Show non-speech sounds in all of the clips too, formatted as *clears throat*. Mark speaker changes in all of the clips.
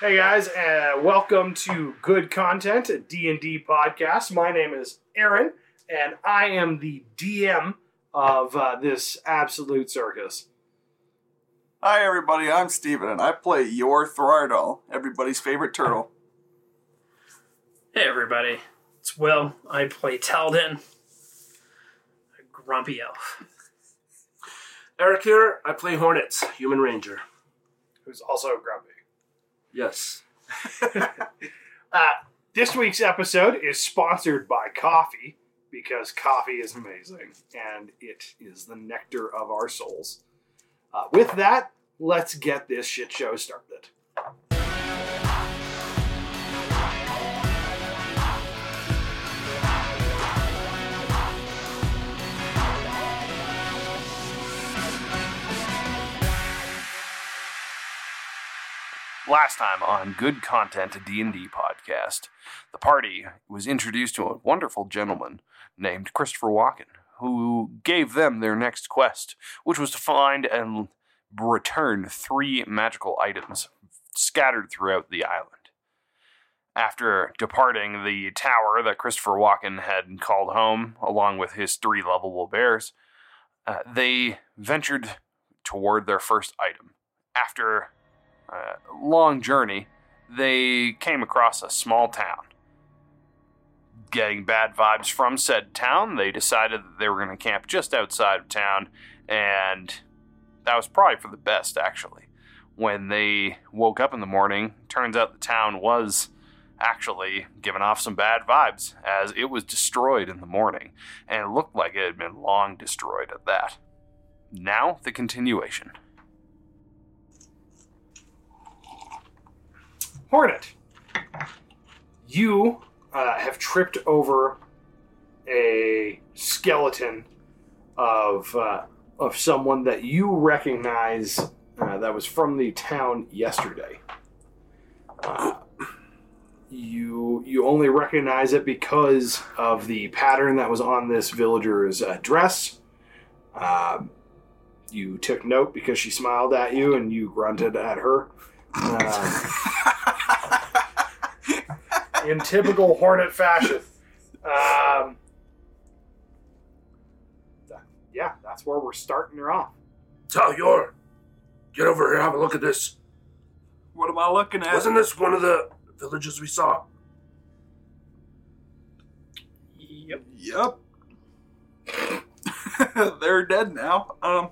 Speaker 1: Hey guys, uh, welcome to Good Content, a D&D podcast. My name is Aaron, and I am the DM of uh, this absolute circus.
Speaker 2: Hi, everybody. I'm Steven, and I play Yor Thrardal, everybody's favorite turtle.
Speaker 3: Hey everybody, it's Will. I play Talden, a grumpy elf.
Speaker 4: Eric here. I play Hornets, Human Ranger.
Speaker 1: Who's also grumpy.
Speaker 4: Yes.
Speaker 1: Uh, this week's episode is sponsored by coffee because coffee is amazing and it is the nectar of our souls. Uh, with that, let's get this shit show started.
Speaker 5: Last time on Good Content D&D podcast, the party was introduced to a wonderful gentleman named Christopher Walken, who gave them their next quest, which was to find and return three magical items scattered throughout the island. After departing the tower that Christopher Walken had called home, along with his three lovable bears, uh, they ventured toward their first item. After uh, long journey, they came across a small town. Getting bad vibes from said town, they decided that they were going to camp just outside of town, and that was probably for the best, actually. When they woke up in the morning, turns out the town was actually giving off some bad vibes, as it was destroyed in the morning, and it looked like it had been long destroyed at that. Now, the continuation.
Speaker 1: Hornet, you uh, have tripped over a skeleton of uh, of someone that you recognize uh, that was from the town yesterday. Uh, you you only recognize it because of the pattern that was on this villager's uh, dress. Um, you took note because she smiled at you and you grunted at her. Um, in typical Hornet fashion. Um, th- yeah, that's where we're starting her off.
Speaker 4: Tell Yor, get over here. Have a look at this.
Speaker 2: what am I looking at?
Speaker 4: Wasn't this one of the villages we saw?
Speaker 3: Yep.
Speaker 2: Yep. *laughs* They're dead now. Um,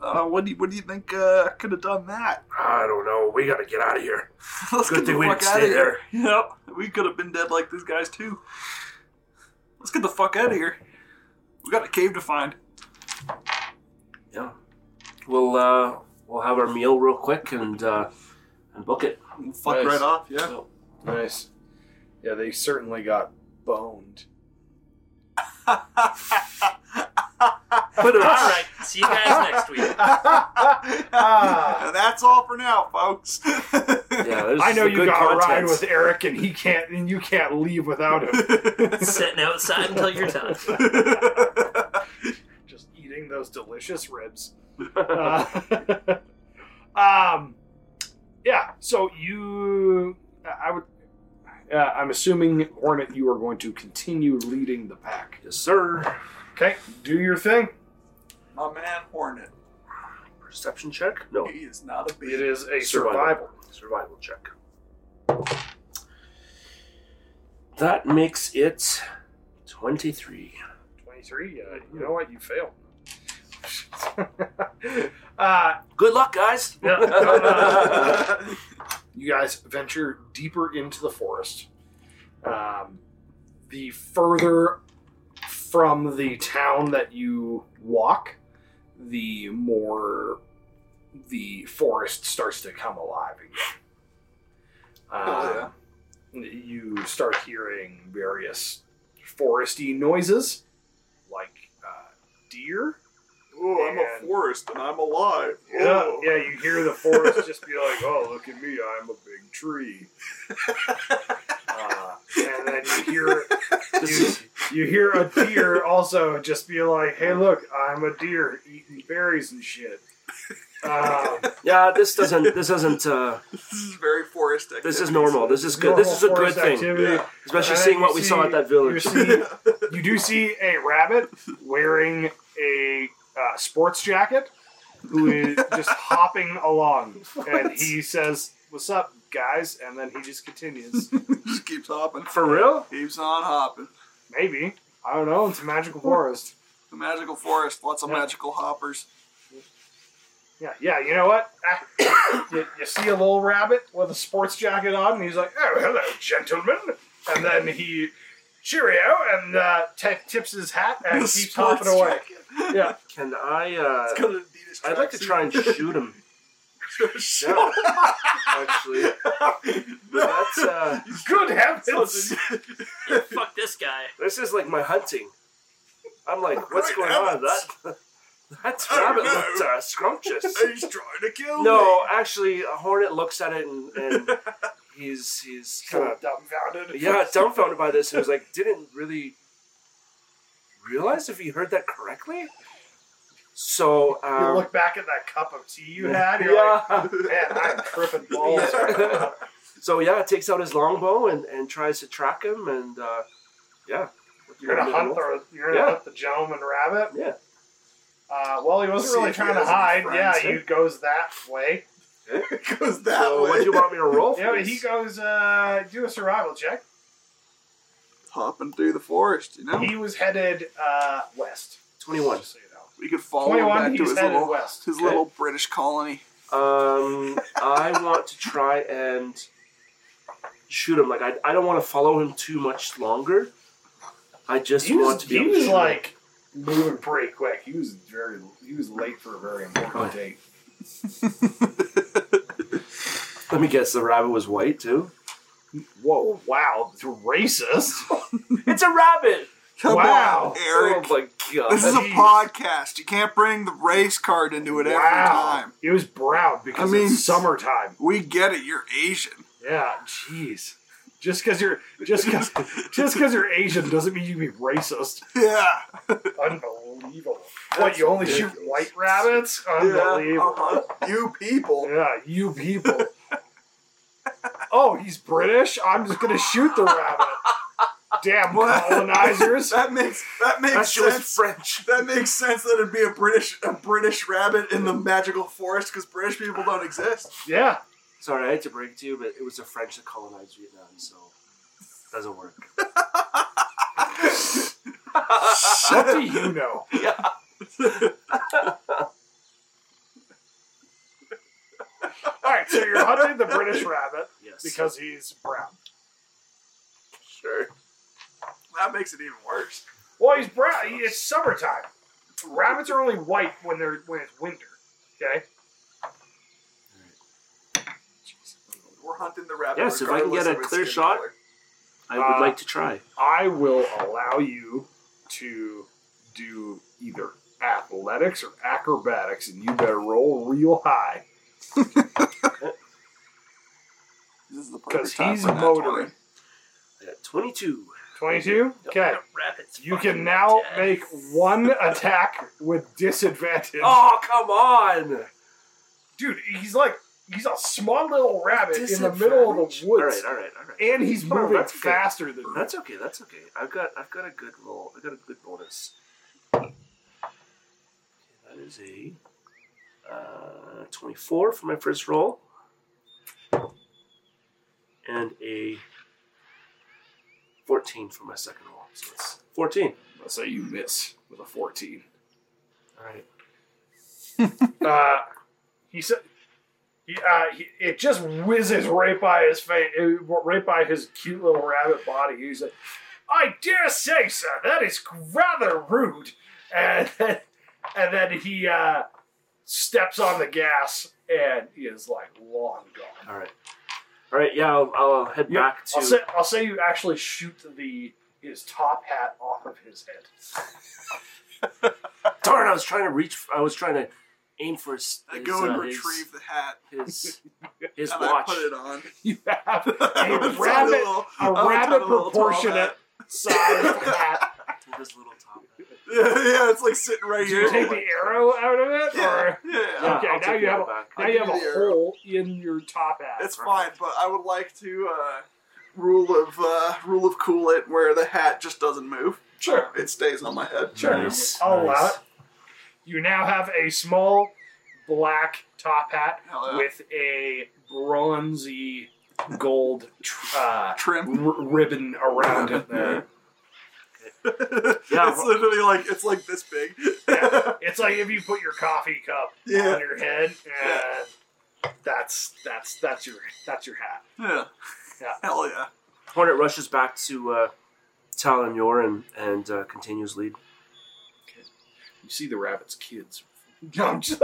Speaker 2: uh, what do you, what do you think uh, could have done that?
Speaker 4: I don't know. We gotta get out of here.
Speaker 2: *laughs* Let's
Speaker 4: Good
Speaker 2: get the
Speaker 4: thing we
Speaker 2: fuck
Speaker 4: didn't
Speaker 2: out
Speaker 4: stay
Speaker 2: of here. Yep, we could have been dead like these guys too. Let's get the fuck out of here. We got a cave to find.
Speaker 4: Yeah. We'll uh, we'll have our meal real quick and uh, and book it.
Speaker 2: We'll fuck
Speaker 1: Nice.
Speaker 2: right off. Yeah.
Speaker 4: So,
Speaker 1: Nice. Yeah, they certainly got boned. *laughs*
Speaker 3: All right. See you guys next week.
Speaker 1: Ah.
Speaker 2: *laughs* That's all for now, folks.
Speaker 4: yeah, this
Speaker 1: I
Speaker 4: is
Speaker 1: know
Speaker 4: the
Speaker 1: you
Speaker 4: good
Speaker 1: got a ride
Speaker 4: contents.
Speaker 1: with Eric, and he can't, and you can't leave without him.
Speaker 2: *laughs*
Speaker 3: Sitting outside until your time.
Speaker 1: Just eating those delicious
Speaker 4: *laughs*
Speaker 1: ribs. Uh, *laughs* um, yeah. So you, I would. Uh, I'm assuming Hornet, you are going to continue leading the pack.
Speaker 4: Yes, sir.
Speaker 1: Okay, do your thing.
Speaker 2: My man Hornet.
Speaker 4: Perception check? No.
Speaker 2: He is not a
Speaker 1: It
Speaker 2: *laughs* bitch.
Speaker 1: is a survival.
Speaker 4: Survival. Survival check. That makes it twenty-three.
Speaker 1: 23. Uh, you know what? You fail. *laughs* uh,
Speaker 4: Good luck, guys. *laughs*
Speaker 1: you guys venture deeper into the forest. Um, the further from the town that you walk, the more the forest starts to come alive again.
Speaker 2: Oh,
Speaker 1: Um, You start hearing various foresty noises, like uh, deer.
Speaker 2: Oh,
Speaker 4: *laughs*
Speaker 2: I'm a
Speaker 1: And-
Speaker 2: forest and I'm alive.
Speaker 1: Yeah,
Speaker 2: Oh.
Speaker 1: yeah, you hear the forest just be like, oh, look at me, I'm a big tree. Uh, and then you hear you, you hear a deer also just be like, hey, look, I'm a deer eating berries and shit. Um,
Speaker 4: yeah, this doesn't. This doesn't. Uh,
Speaker 2: This is very forest activity.
Speaker 4: This is normal. This is good. This is a
Speaker 1: Normal
Speaker 4: good
Speaker 1: forest
Speaker 4: thing,
Speaker 1: activity.
Speaker 2: Yeah.
Speaker 4: especially
Speaker 1: And then
Speaker 4: seeing
Speaker 1: you
Speaker 4: what we
Speaker 1: see-
Speaker 4: saw at that village.
Speaker 1: you
Speaker 4: *laughs*
Speaker 1: see- You do see a rabbit wearing a uh, sports jacket who is
Speaker 4: *laughs*
Speaker 1: just hopping along. And he says, What's up, guys? And then he just
Speaker 4: *laughs*
Speaker 1: continues.
Speaker 2: *laughs* just keeps hopping.
Speaker 1: For real?
Speaker 2: Keeps on hopping.
Speaker 1: Maybe. I don't know. It's a magical forest.
Speaker 2: The magical forest, lots of
Speaker 1: Yeah.
Speaker 2: magical hoppers.
Speaker 1: Yeah, yeah, you know what? Ah, *coughs* you, you see a little rabbit with a sports jacket on, and he's like, oh, hello, gentlemen. And then he, cheerio, and uh, t- tips his hat and
Speaker 2: The
Speaker 1: keeps
Speaker 2: sports
Speaker 1: hopping away.
Speaker 2: jacket.
Speaker 1: Yeah.
Speaker 4: Can I? Uh,
Speaker 2: It's got an Adidas
Speaker 4: I'd like to
Speaker 2: tracksuit.
Speaker 4: try and shoot him.
Speaker 2: *laughs* Shut
Speaker 4: Actually, that's uh,
Speaker 1: Good
Speaker 2: *laughs*
Speaker 1: heavens!
Speaker 2: up.
Speaker 3: Fuck this guy.
Speaker 4: this is like my hunting. I'm like, what's
Speaker 2: Great
Speaker 4: going on?
Speaker 2: heavens.
Speaker 4: That that
Speaker 2: Oh,
Speaker 4: rabbit
Speaker 2: no.
Speaker 4: looked uh, scrumptious.
Speaker 2: He's trying to kill
Speaker 4: No, actually, a hornet looks at it and,
Speaker 1: *laughs*
Speaker 4: and he's he's kind of
Speaker 1: dumbfounded.
Speaker 4: yeah dumbfounded by this. and was like, didn't really realize if he heard that correctly. So
Speaker 1: You
Speaker 4: um,
Speaker 1: look back at that cup of tea you had, you're
Speaker 4: yeah.
Speaker 2: me.
Speaker 1: like, man, I'm tripping balls. right now."
Speaker 4: *laughs* so yeah, takes out his longbow and, and tries to track him and uh, yeah.
Speaker 1: You're gonna hunt the you're gonna
Speaker 4: Yeah.
Speaker 1: hunt the gentleman rabbit.
Speaker 4: Yeah.
Speaker 1: Uh, well, he wasn't
Speaker 2: See
Speaker 1: really
Speaker 2: if he
Speaker 1: trying to
Speaker 2: has any
Speaker 1: hide.
Speaker 2: friends,
Speaker 1: yeah, he goes that way.
Speaker 2: *laughs* It goes that
Speaker 4: So what
Speaker 2: way.
Speaker 4: do you want me
Speaker 1: *laughs*
Speaker 4: to roll? For
Speaker 1: Yeah,
Speaker 4: this?
Speaker 1: he goes uh, do a survival check.
Speaker 2: Hopping through the forest, you know?
Speaker 1: He was headed uh, west.
Speaker 4: 21.
Speaker 1: Just so you know.
Speaker 2: we could follow him
Speaker 1: 21,
Speaker 2: back to
Speaker 1: he's
Speaker 2: his
Speaker 1: headed
Speaker 2: little,
Speaker 1: west.
Speaker 2: his
Speaker 4: Okay.
Speaker 2: little British colony.
Speaker 4: Um, I want to try and shoot him. Like I, I don't want to follow him too much longer. I just
Speaker 1: He
Speaker 4: want
Speaker 1: was,
Speaker 4: to be.
Speaker 1: he
Speaker 4: able to
Speaker 1: was
Speaker 4: shoot him.
Speaker 1: like moving pretty quick. He was very he was late for a very important date.
Speaker 4: Let me guess. The rabbit was white too.
Speaker 1: Whoa! Wow, that's racist. *laughs*
Speaker 4: It's a rabbit.
Speaker 2: Come
Speaker 1: Wow.
Speaker 2: on, Eric.
Speaker 4: Oh my god.
Speaker 2: This is a
Speaker 1: Jeez.
Speaker 2: podcast. You can't bring the race card into it every time.
Speaker 1: It was brown because
Speaker 2: I mean-
Speaker 1: it's summertime.
Speaker 2: We get it. You're Asian. *laughs*
Speaker 1: Yeah, jeez. Just because you're just because *laughs* just because you're Asian doesn't mean you can be racist.
Speaker 2: Yeah.
Speaker 1: Unbelievable. what you only shoot white rabbits?
Speaker 2: yeah.
Speaker 1: Unbelievable.
Speaker 2: uh-huh. You people.
Speaker 1: Yeah, you people. oh, he's British. I'm just gonna shoot the rabbit. Damn
Speaker 2: *laughs* What? *laughs*
Speaker 1: colonizers.
Speaker 2: That makes that makes
Speaker 4: That shit was
Speaker 2: sense.
Speaker 4: French.
Speaker 2: That makes sense that it'd be a British a British rabbit in the magical forest because British people don't exist.
Speaker 1: Yeah.
Speaker 4: Sorry, I had to break it to you, but it was the French that colonized Vietnam, so doesn't work.
Speaker 1: What *laughs* do
Speaker 2: *laughs*
Speaker 1: you know? All right, so you're hunting the British rabbit
Speaker 4: Yes.
Speaker 1: because he's brown.
Speaker 4: sure.
Speaker 2: That makes it even worse.
Speaker 1: Well, he's brown. It's summertime. Rabbits are only white when they're when it's winter. Okay.
Speaker 2: We're hunting the rabbit.
Speaker 4: Yes, if I can get
Speaker 2: regardless
Speaker 4: a
Speaker 2: of its
Speaker 4: clear
Speaker 2: skin
Speaker 4: shot.
Speaker 2: color.
Speaker 4: I would
Speaker 1: Uh,
Speaker 4: like to try.
Speaker 1: I will allow you to do either athletics or acrobatics, and you better roll real high
Speaker 2: This is the perfect
Speaker 1: 'Cause
Speaker 2: time
Speaker 1: he's
Speaker 2: for that
Speaker 1: motoring.
Speaker 4: I got 22.
Speaker 1: Twenty-two. Okay.
Speaker 3: Rabbits.
Speaker 1: You
Speaker 3: fucking
Speaker 1: can now
Speaker 3: dead.
Speaker 1: make one attack with disadvantage.
Speaker 4: Oh, come on!
Speaker 1: Dude, he's like he's a small little rabbit in the middle of the woods,
Speaker 4: All right, all right, all right.
Speaker 1: and he's
Speaker 4: Come on,
Speaker 1: moving
Speaker 4: that's good.
Speaker 1: faster than you.
Speaker 4: That's okay. That's okay. I've got I've got a good roll. I got a good bonus. Okay, that is a uh, twenty-four for my first roll, and a fourteen for my second roll. So it's fourteen.
Speaker 1: Let's say you miss with a
Speaker 4: *laughs*
Speaker 1: fourteen.
Speaker 4: All right.
Speaker 1: uh, he said, he, uh, he, it just whizzes right by his face, right by his cute little rabbit body. He's like, I dare say, sir, that is rather rude. And then, and then he uh, steps on the gas and is like long gone.
Speaker 4: All right. All right. Yeah, I'll, I'll head
Speaker 1: Yeah,
Speaker 4: back to.
Speaker 1: I'll say, I'll say you actually shoot the his top hat off of his head. *laughs*
Speaker 4: Darn! I was trying to reach. f- I was trying to aim for his.
Speaker 2: I
Speaker 4: his,
Speaker 2: go and
Speaker 4: uh,
Speaker 2: retrieve the hat
Speaker 4: his
Speaker 2: *laughs*
Speaker 4: his, his
Speaker 2: and
Speaker 4: watch.
Speaker 2: I put it on.
Speaker 1: You
Speaker 2: *laughs*
Speaker 1: have
Speaker 2: I
Speaker 1: a
Speaker 2: was on
Speaker 1: rabbit,
Speaker 2: little-
Speaker 1: a
Speaker 2: I was on
Speaker 1: rabbit
Speaker 2: little tall *laughs*
Speaker 1: proportionate
Speaker 2: hat.
Speaker 1: sized hat
Speaker 4: With his little top.
Speaker 2: Yeah, yeah, it's like sitting right
Speaker 1: Do you
Speaker 2: here.
Speaker 1: take the arrow out of it?
Speaker 2: *laughs* Yeah,
Speaker 1: Or
Speaker 2: yeah.
Speaker 4: Yeah,
Speaker 1: Okay,
Speaker 4: I'll
Speaker 1: now
Speaker 4: take
Speaker 1: you
Speaker 4: that
Speaker 1: have a-
Speaker 4: back.
Speaker 1: now
Speaker 2: I
Speaker 1: you have
Speaker 2: do
Speaker 1: a
Speaker 2: the arrow.
Speaker 1: hole in your top half.
Speaker 2: It's fine, but I would like to uh, rule of uh, rule of cool it where the hat just doesn't move.
Speaker 1: Sure.
Speaker 2: It stays on my head.
Speaker 1: Sure.
Speaker 6: Nice,
Speaker 1: I'll allow
Speaker 6: nice.
Speaker 1: it. You now have a small black top hat
Speaker 2: Hell Oh, yeah.
Speaker 1: with a bronzy gold tr- uh,
Speaker 2: *laughs* *laughs* Trim.
Speaker 1: r- ribbon around it there.
Speaker 4: Yeah.
Speaker 2: it's literally like it's like this big.
Speaker 1: Yeah. It's like if you put your coffee cup
Speaker 2: Yeah.
Speaker 1: on your head and that's that's that's your that's your hat.
Speaker 2: *laughs* yeah.
Speaker 1: Yeah.
Speaker 2: Hell yeah.
Speaker 4: Hornet rushes back to uh, Talon Yorin and uh, continues *laughs* lead.
Speaker 1: You see the rabbit's kids. *laughs* No, I'm just-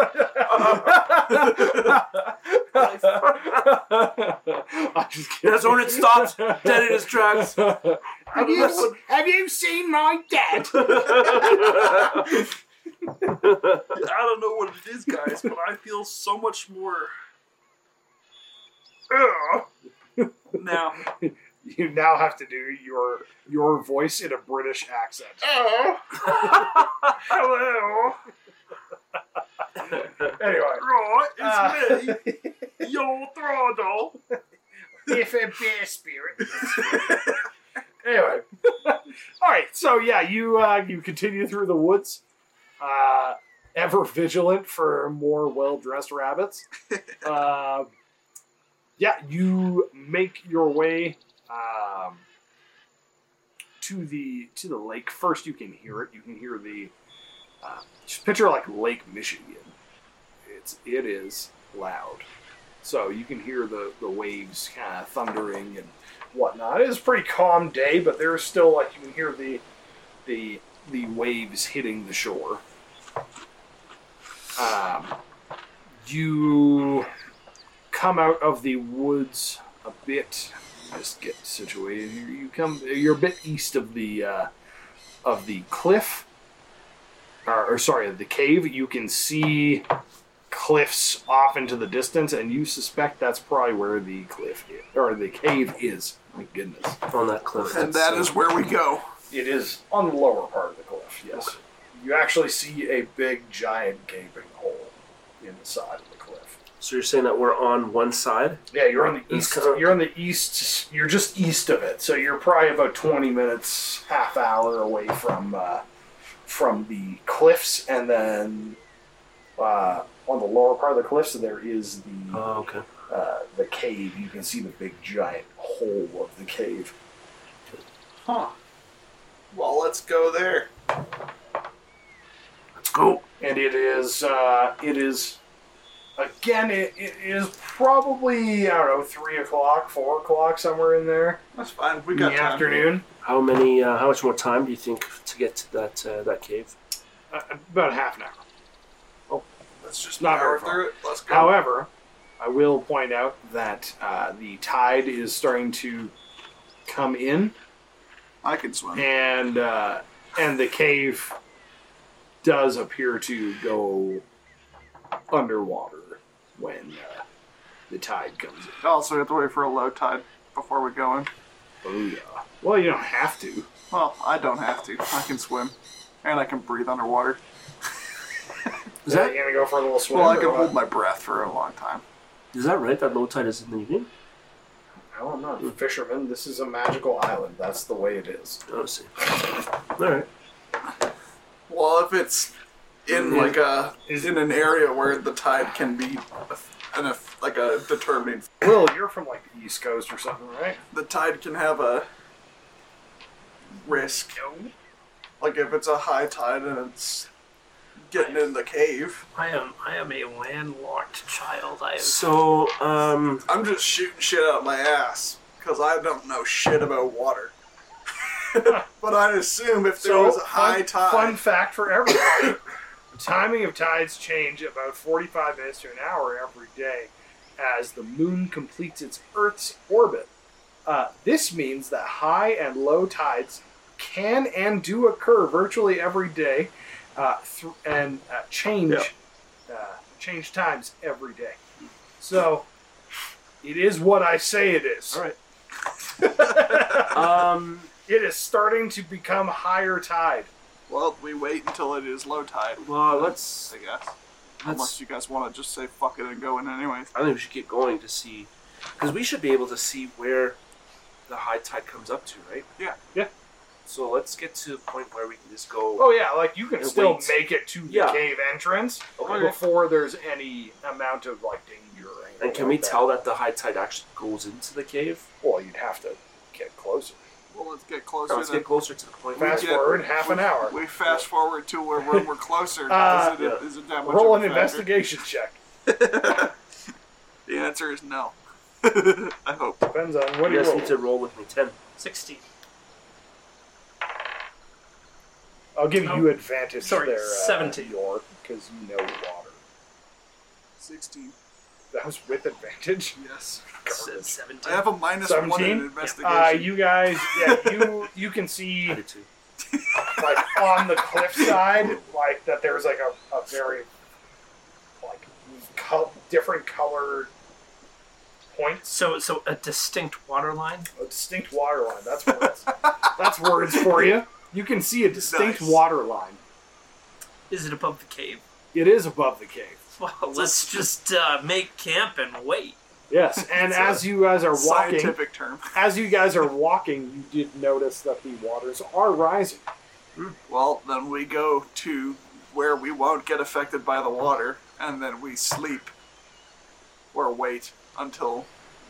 Speaker 1: I'm just kidding.
Speaker 4: Yes, Hornet stops dead in his *laughs* tracks.
Speaker 1: Have you, have you seen my dad?
Speaker 2: I don't know what it is, guys, but I feel so much more Ugh. uh, now.
Speaker 1: You now have to do your your voice in a British accent.
Speaker 2: Ugh.
Speaker 1: *laughs* Hello. anyway,
Speaker 2: Right, it's
Speaker 1: Uh.
Speaker 2: me, your throttle.
Speaker 1: if a beer spirit. *laughs* anyway, *laughs* all right. So yeah, you uh, you continue through the woods, uh, ever vigilant for more well dressed *laughs* rabbits. uh, yeah, you make your way um, to the to the lake. First, you can hear it. You can hear the uh, just picture like Lake Michigan. It's it is loud. So you can hear the, the waves kind of thundering and whatnot. It's a pretty calm day, but there's still like you can hear the the the waves hitting the shore. Um, you come out of the woods a bit. Just get situated. You, you come. You're a bit east of the uh, of the cliff, Uh, or, or sorry, of the cave. You can see cliffs off into the distance, and you suspect that's probably where the cliff is, or the cave is. My goodness,
Speaker 4: On that cliff.
Speaker 2: And that is where we go.
Speaker 1: it is on the lower part of the cliff. Yes, you actually see a big, giant gaping hole in the side of the cliff.
Speaker 4: So you're saying that we're on one side?
Speaker 1: Yeah, you're on the
Speaker 4: It's
Speaker 1: east.
Speaker 4: kinda-
Speaker 1: You're on the east. You're just east of it, so you're probably about twenty minutes, half hour away from uh, from the cliffs, and then uh, on the lower part of the cliffs, there is the
Speaker 4: Oh, okay.
Speaker 1: uh, the cave, you can see the big giant hole of the cave.
Speaker 2: Huh. Well, let's go there.
Speaker 4: Let's go.
Speaker 1: And it is, uh, it is, again, it, it is probably, I don't know, 3 o'clock, 4 o'clock, somewhere in there
Speaker 2: That's fine. We
Speaker 1: in
Speaker 2: got
Speaker 1: the
Speaker 2: time.
Speaker 1: afternoon.
Speaker 4: How many? Uh, how much more time do you think to get to that uh, that cave?
Speaker 1: Uh, about half an hour.
Speaker 2: Let's just
Speaker 1: Not
Speaker 2: power
Speaker 1: very far.
Speaker 2: through it. Let's go.
Speaker 1: However, I will point out that uh, the tide is starting to come in,
Speaker 2: I can swim.
Speaker 1: and uh, and the cave does appear to go underwater when uh, the tide comes in.
Speaker 2: Also, we have to wait for a low tide before we go in.
Speaker 1: Oh yeah. Well, you don't have to.
Speaker 2: Well, I don't have to. I can swim, and I can breathe underwater.
Speaker 4: Is that
Speaker 1: you gonna go for a little swim?
Speaker 2: Well, I
Speaker 1: or
Speaker 2: can
Speaker 1: what?
Speaker 2: hold my breath for a long time.
Speaker 4: is that right? That low tide is in the evening.
Speaker 1: I don't know, you fisherman. This is a magical island. That's the way it is.
Speaker 4: Oh, I see. All right.
Speaker 2: Well, if it's in
Speaker 4: Yeah.
Speaker 2: like a
Speaker 1: Is-
Speaker 2: in an area where the tide can be an eff- like a determining.
Speaker 1: Will, you're from like the East Coast or something, right?
Speaker 2: The tide can have a risk. Like if it's a high tide and it's getting in the cave.
Speaker 3: I am I am a landlocked child. I am
Speaker 4: So, um,
Speaker 2: I'm just shooting shit out my ass because I don't know shit about water. *laughs* but I'd assume if there was a high
Speaker 1: fun,
Speaker 2: tide,
Speaker 1: Fun fact for everyone: *coughs* the timing of tides change about 45 minutes to an hour every day as the moon completes its Earth's orbit. Uh, this means that high and low tides can and do occur virtually every day, uh, th- and uh, change uh, change times every day. So. It is what I say it is.
Speaker 4: all right. um,
Speaker 1: *laughs* It is starting to become higher tide.
Speaker 2: Well, we wait until it is low tide,
Speaker 4: Well, let's.
Speaker 2: I guess. Unless
Speaker 4: let's
Speaker 2: you guys want to just say fuck it and go in anyway.
Speaker 4: I think we should keep going to see, because we should be able to see where the high tide comes up to, right?
Speaker 2: Yeah.
Speaker 1: Yeah.
Speaker 4: So let's get to the point where we can just go.
Speaker 1: Oh yeah, like you can
Speaker 4: It
Speaker 1: still
Speaker 4: waits.
Speaker 1: make it to the
Speaker 4: Yeah.
Speaker 1: cave entrance
Speaker 4: Okay.
Speaker 1: before there's any amount of like danger. Or anything
Speaker 4: And can we
Speaker 1: like that.
Speaker 4: tell that the high tide actually goes into the cave?
Speaker 1: Well, you'd have to get closer.
Speaker 2: Well, let's get closer.
Speaker 4: So let's
Speaker 2: then.
Speaker 4: get closer to the point. where-
Speaker 1: Fast
Speaker 2: get-
Speaker 1: forward half an hour.
Speaker 2: We fast forward to where when we're closer.
Speaker 1: Uh,
Speaker 2: is, it, is it that much?
Speaker 1: Roll
Speaker 2: of
Speaker 1: an
Speaker 2: a factor?
Speaker 1: investigation check.
Speaker 2: The answer is no. *laughs* I hope.
Speaker 1: Depends on what
Speaker 4: You
Speaker 1: you
Speaker 4: guys
Speaker 1: roll.
Speaker 4: need to roll with me ten.
Speaker 3: 16.
Speaker 1: I'll give
Speaker 3: No.
Speaker 1: you advantage
Speaker 3: Sorry,
Speaker 1: there. Uh,
Speaker 3: 17.
Speaker 1: York, because you know water.
Speaker 2: 16.
Speaker 1: That was with advantage.
Speaker 2: Yes.
Speaker 3: Se- 17.
Speaker 2: I have a minus one in
Speaker 1: 17?
Speaker 2: investigation.
Speaker 1: Uh, you guys, yeah, you you can see
Speaker 4: *laughs* I did too.
Speaker 1: like on the cliffside, like that there's like a, a very like col- different color points,
Speaker 3: So, so a distinct water line.
Speaker 1: a distinct water line. That's words. That's words for you. You can see a distinct
Speaker 2: Nice.
Speaker 1: water line.
Speaker 3: Is it above the cave? *laughs*
Speaker 1: It is above the cave.
Speaker 3: Well, let's just uh, make camp and wait.
Speaker 1: Yes, and
Speaker 2: It's
Speaker 1: as you guys are walking,
Speaker 2: Scientific term.
Speaker 1: as you guys are walking, you did notice that the waters are rising.
Speaker 2: Well, then we go to where we won't get affected by the water, and then we sleep or wait until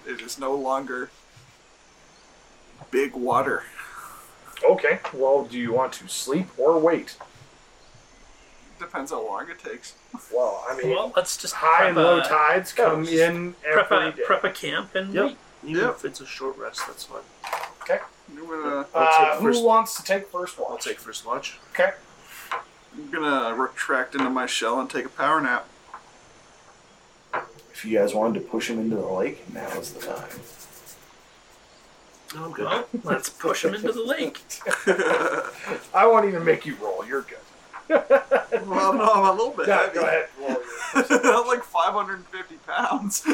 Speaker 2: it is no longer big water.
Speaker 1: Okay. Well, do you want to sleep or wait?
Speaker 2: Depends how long it takes.
Speaker 1: Well, I mean,
Speaker 3: Well, let's just
Speaker 1: high
Speaker 3: prep
Speaker 1: and low
Speaker 3: a,
Speaker 1: tides come
Speaker 4: just
Speaker 1: in
Speaker 3: prep
Speaker 1: every
Speaker 3: a,
Speaker 1: day.
Speaker 3: prep a camp and
Speaker 4: Yep.
Speaker 3: wait.
Speaker 4: Even
Speaker 2: Yep.
Speaker 4: if it's a short rest, that's fine.
Speaker 2: I'm gonna,
Speaker 4: I'll
Speaker 1: Uh,
Speaker 4: take
Speaker 1: who
Speaker 4: first-
Speaker 1: wants to take first
Speaker 4: I'll
Speaker 1: watch?
Speaker 4: take first watch.
Speaker 1: Okay.
Speaker 2: I'm gonna retract into my shell and take a power nap. *laughs*
Speaker 1: If you guys wanted to push him into the lake, now is the time.
Speaker 2: Oh,
Speaker 4: No, I'm good.
Speaker 2: *laughs*
Speaker 3: Well, let's push him into the lake.
Speaker 1: I won't even make you roll. You're good. *laughs*
Speaker 2: Well, no, I'm a little bit
Speaker 1: Yeah,
Speaker 2: heavy.
Speaker 1: go ahead. Roll your
Speaker 2: *laughs* I'm like 550 pounds. *laughs*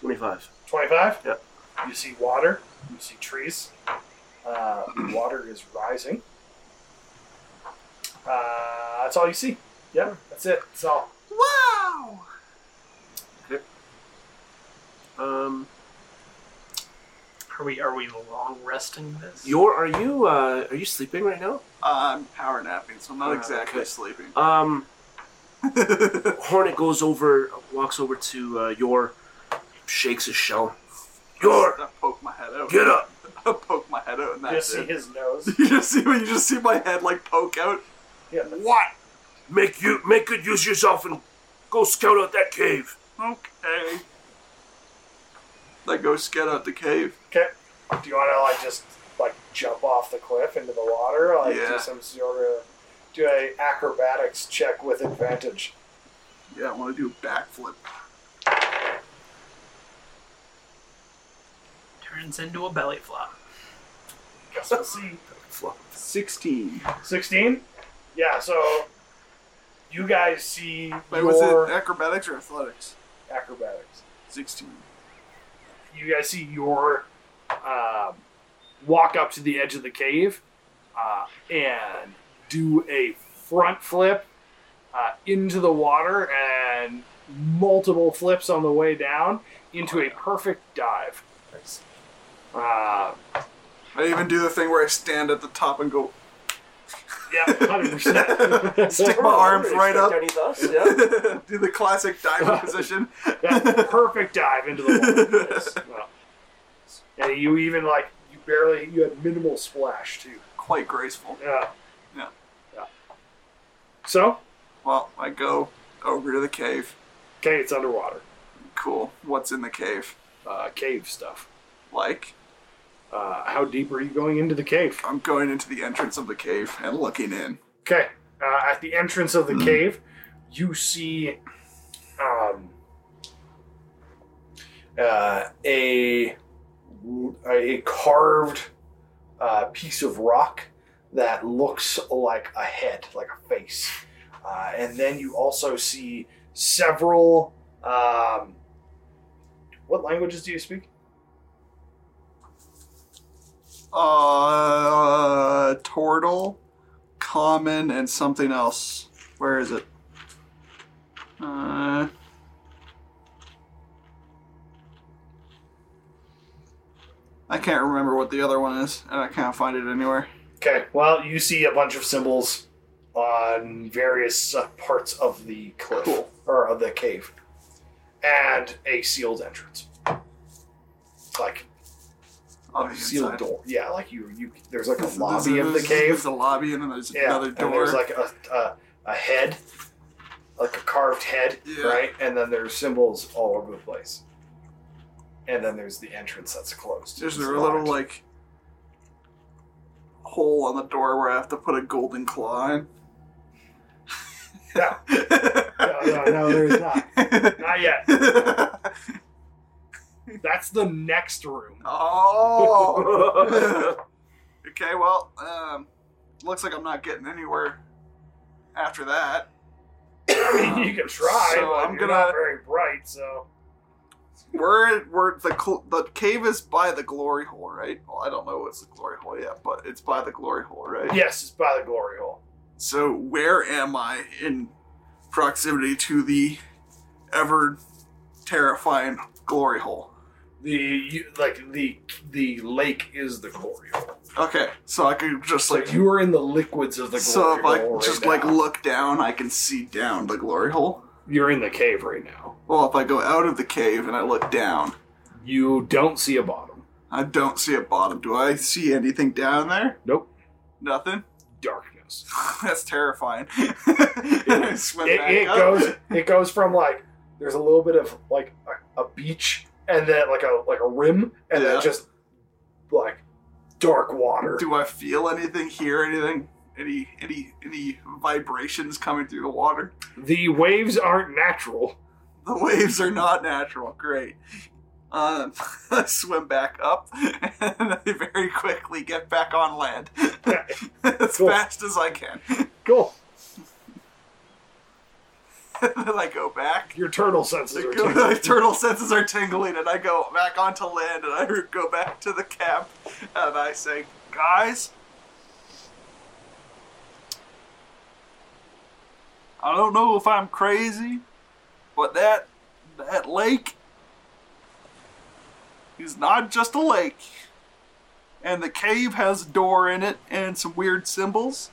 Speaker 4: Twenty-five.
Speaker 1: 25?
Speaker 4: Yep.
Speaker 1: You see water. You see trees. Uh, water is rising. Uh, that's all you see. Yeah, that's it. That's all.
Speaker 2: wow!
Speaker 4: Um,
Speaker 3: Are we are we long resting this?
Speaker 4: you're are you uh, are you sleeping right now?
Speaker 2: I'm power napping, so I'm not
Speaker 4: Uh,
Speaker 2: exactly
Speaker 4: okay.
Speaker 2: sleeping. *laughs*
Speaker 4: Um, Hornet goes over, walks over to uh, Yor, shakes his shell. Yor,
Speaker 2: I poke my head out.
Speaker 4: get up!
Speaker 2: I *laughs* poke my head out, and
Speaker 1: You just
Speaker 2: that's
Speaker 1: see
Speaker 2: it.
Speaker 1: his nose.
Speaker 2: *laughs* You just see you just see my head like poke out.
Speaker 1: Yeah.
Speaker 2: What?
Speaker 4: Make you make good use of yourself and go scout out that cave. *laughs*
Speaker 2: Okay. I go scout out the cave.
Speaker 1: Okay. Do you want to like just like jump off the cliff into the water? Like
Speaker 2: Yeah.
Speaker 1: do some sort of do a acrobatics check with advantage.
Speaker 2: Yeah, I want to do a backflip.
Speaker 3: Turns into a belly flop.
Speaker 1: Guess we'll see.
Speaker 4: Fluff.
Speaker 2: Sixteen.
Speaker 1: Sixteen. Yeah. So you guys see
Speaker 2: Wait, was
Speaker 1: your
Speaker 2: it acrobatics or athletics?
Speaker 1: acrobatics.
Speaker 2: Sixteen.
Speaker 1: You guys see your um, walk up to the edge of the cave uh, and do a front flip uh, into the water and multiple flips on the way down into a perfect dive. Uh,
Speaker 2: I even do the thing where I stand at the top and go. *laughs*
Speaker 1: yeah, 100%.
Speaker 2: Stick my arms
Speaker 1: *laughs*
Speaker 2: right up.
Speaker 4: Underneath us, yeah.
Speaker 2: *laughs* do the classic diving position.
Speaker 1: Yeah, perfect dive into the water. Yes. Well, and you even like you barely you had minimal splash too.
Speaker 2: *laughs* Quite graceful.
Speaker 1: Yeah.
Speaker 2: Yeah.
Speaker 1: Yeah. So,
Speaker 2: Well, I go over to the cave.
Speaker 1: okay, it's underwater.
Speaker 2: Cool. What's in the cave?
Speaker 1: Uh, cave stuff.
Speaker 2: Like,
Speaker 1: Uh, how deep are you going into the cave?
Speaker 2: I'm going into the entrance of the cave and looking in.
Speaker 1: Okay. Uh, at the entrance of the cave, you see um, uh, a a carved uh, piece of rock that looks like a head, like a face, uh, and then you also see several. Um, what languages do you speak?
Speaker 2: Uh, Tortle, Common, and something else. Where is it? Uh, I can't remember what the other one is, and I can't find it anywhere.
Speaker 1: Okay, well, you see a bunch of symbols on various uh, parts of the cliff
Speaker 2: Cool.
Speaker 1: or of the cave, and a sealed entrance, like
Speaker 2: On the
Speaker 1: sealed
Speaker 2: inside.
Speaker 1: door. Yeah, like you, you. There's like a
Speaker 2: There's-
Speaker 1: lobby of the
Speaker 2: there's-
Speaker 1: cave.
Speaker 2: There's a lobby, and then there's
Speaker 1: Yeah,
Speaker 2: another
Speaker 1: and
Speaker 2: door.
Speaker 1: there's like a, a a head, like a carved head,
Speaker 2: Yeah.
Speaker 1: right? And then there's symbols all over the place. And then there's the entrance that's closed.
Speaker 2: There's a
Speaker 1: It's
Speaker 2: little
Speaker 1: locked.
Speaker 2: like hole on the door where I have to put a golden claw in. *laughs*
Speaker 1: No. no, no, no, there's not. Not yet. That's the next room.
Speaker 2: oh. *laughs* Okay. Well, um, looks like I'm not getting anywhere after that.
Speaker 1: I mean, *coughs* *clears throat* you can try,
Speaker 2: So
Speaker 1: but
Speaker 2: I'm
Speaker 1: I'm
Speaker 2: gonna-
Speaker 1: not very bright, so.
Speaker 2: We're we're the cl- the cave is by the glory hole, right? Well, I don't know what's the glory hole yet, but it's by the glory hole, right?
Speaker 1: Yes, it's by the glory hole.
Speaker 2: So where am I in proximity to the ever terrifying glory hole?
Speaker 1: The you, like the the lake is the glory hole.
Speaker 2: Okay, so I could just
Speaker 1: So
Speaker 2: like
Speaker 1: you are in the liquids of the glory
Speaker 2: so if
Speaker 1: hole.
Speaker 2: I
Speaker 1: right
Speaker 2: just
Speaker 1: now.
Speaker 2: like look down, I can see down the glory hole.
Speaker 1: you're in the cave right now.
Speaker 2: Well, if I go out of the cave and I look down,
Speaker 1: You don't see a bottom.
Speaker 2: I don't see a bottom. Do I see anything down there?
Speaker 1: Nope.
Speaker 2: Nothing. *laughs*
Speaker 1: Darkness.
Speaker 2: That's terrifying. *laughs* it
Speaker 1: it, it goes it goes from like there's a little bit of like a, a beach and then like a like a rim and
Speaker 2: Yeah.
Speaker 1: then just like dark water.
Speaker 2: Do I feel anything? Hear anything? Any any any vibrations coming through the water?
Speaker 1: The waves aren't natural.
Speaker 2: The waves are not natural. Great. Um, *laughs* I swim back up, and I very quickly get back on land *laughs* as
Speaker 1: Cool.
Speaker 2: fast as I can. *laughs*
Speaker 1: Cool.
Speaker 2: then I go back.
Speaker 1: Your turtle senses
Speaker 2: I
Speaker 4: *laughs*
Speaker 1: are
Speaker 2: *laughs* go-
Speaker 1: tingling.
Speaker 2: my turtle senses are tingling, and I go back onto land, and I *laughs* go back to the camp, and I say, "Guys, I don't know if I'm crazy, but that that lake is not just a lake, and the cave has a door in it and some weird symbols."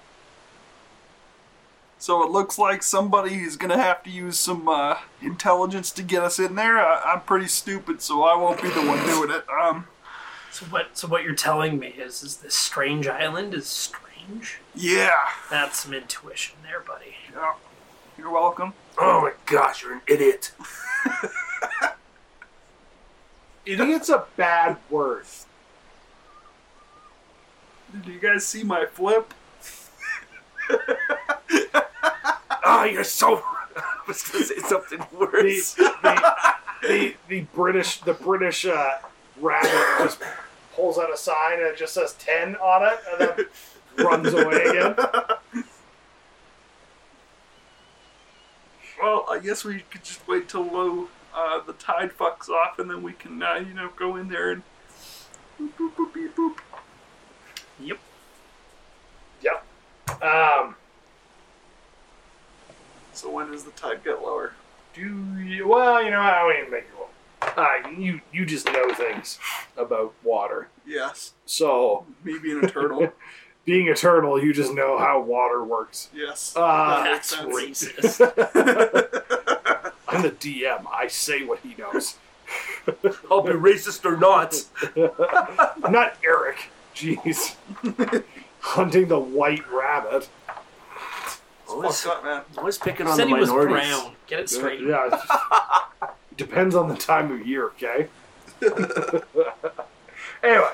Speaker 2: So it looks like somebody is going to have to use some uh, intelligence to get us in there. I, I'm pretty stupid, so I won't be the one doing it. Um,
Speaker 3: So what? So what you're telling me is, is this strange island is strange?
Speaker 2: yeah,
Speaker 3: That's some intuition there, buddy.
Speaker 2: yeah. You're welcome.
Speaker 4: oh my gosh, you're an idiot.
Speaker 1: Idiot's a bad word.
Speaker 2: Do you guys see my flip?
Speaker 4: Oh, you're so. I was gonna say something
Speaker 1: The,
Speaker 4: worse.
Speaker 1: the, the, the British the British uh, rabbit just pulls out a sign and it just says ten on it and then runs away again.
Speaker 2: Well, I guess we could just wait till low, uh, the tide fucks off, and then we can, uh, you know, go in there and. Boop, boop, boop, beep, boop.
Speaker 3: Yep.
Speaker 1: Yep. Um,
Speaker 2: So when does the tide get lower?
Speaker 1: Do you, well, you know, I don't even make you roll. Uh, you you just know things about water.
Speaker 2: Yes,
Speaker 1: So
Speaker 2: me being a turtle.
Speaker 1: being a turtle, you just know how water works.
Speaker 2: yes.
Speaker 1: Uh,
Speaker 2: That makes
Speaker 3: Ah, That's
Speaker 2: sense.
Speaker 1: *laughs*
Speaker 3: racist.
Speaker 1: I'm the DM. I say what he knows.
Speaker 4: I'll be racist or not.
Speaker 1: I'm not Eric. Jeez. *laughs* Hunting the white rabbit.
Speaker 4: Always,
Speaker 2: Fuck up, man.
Speaker 4: always picking
Speaker 3: He
Speaker 4: on
Speaker 3: said
Speaker 4: the
Speaker 3: he was
Speaker 4: minorities.
Speaker 3: brown. Get it straight.
Speaker 1: Yeah. it's just- depends on the time of year, okay? anyway,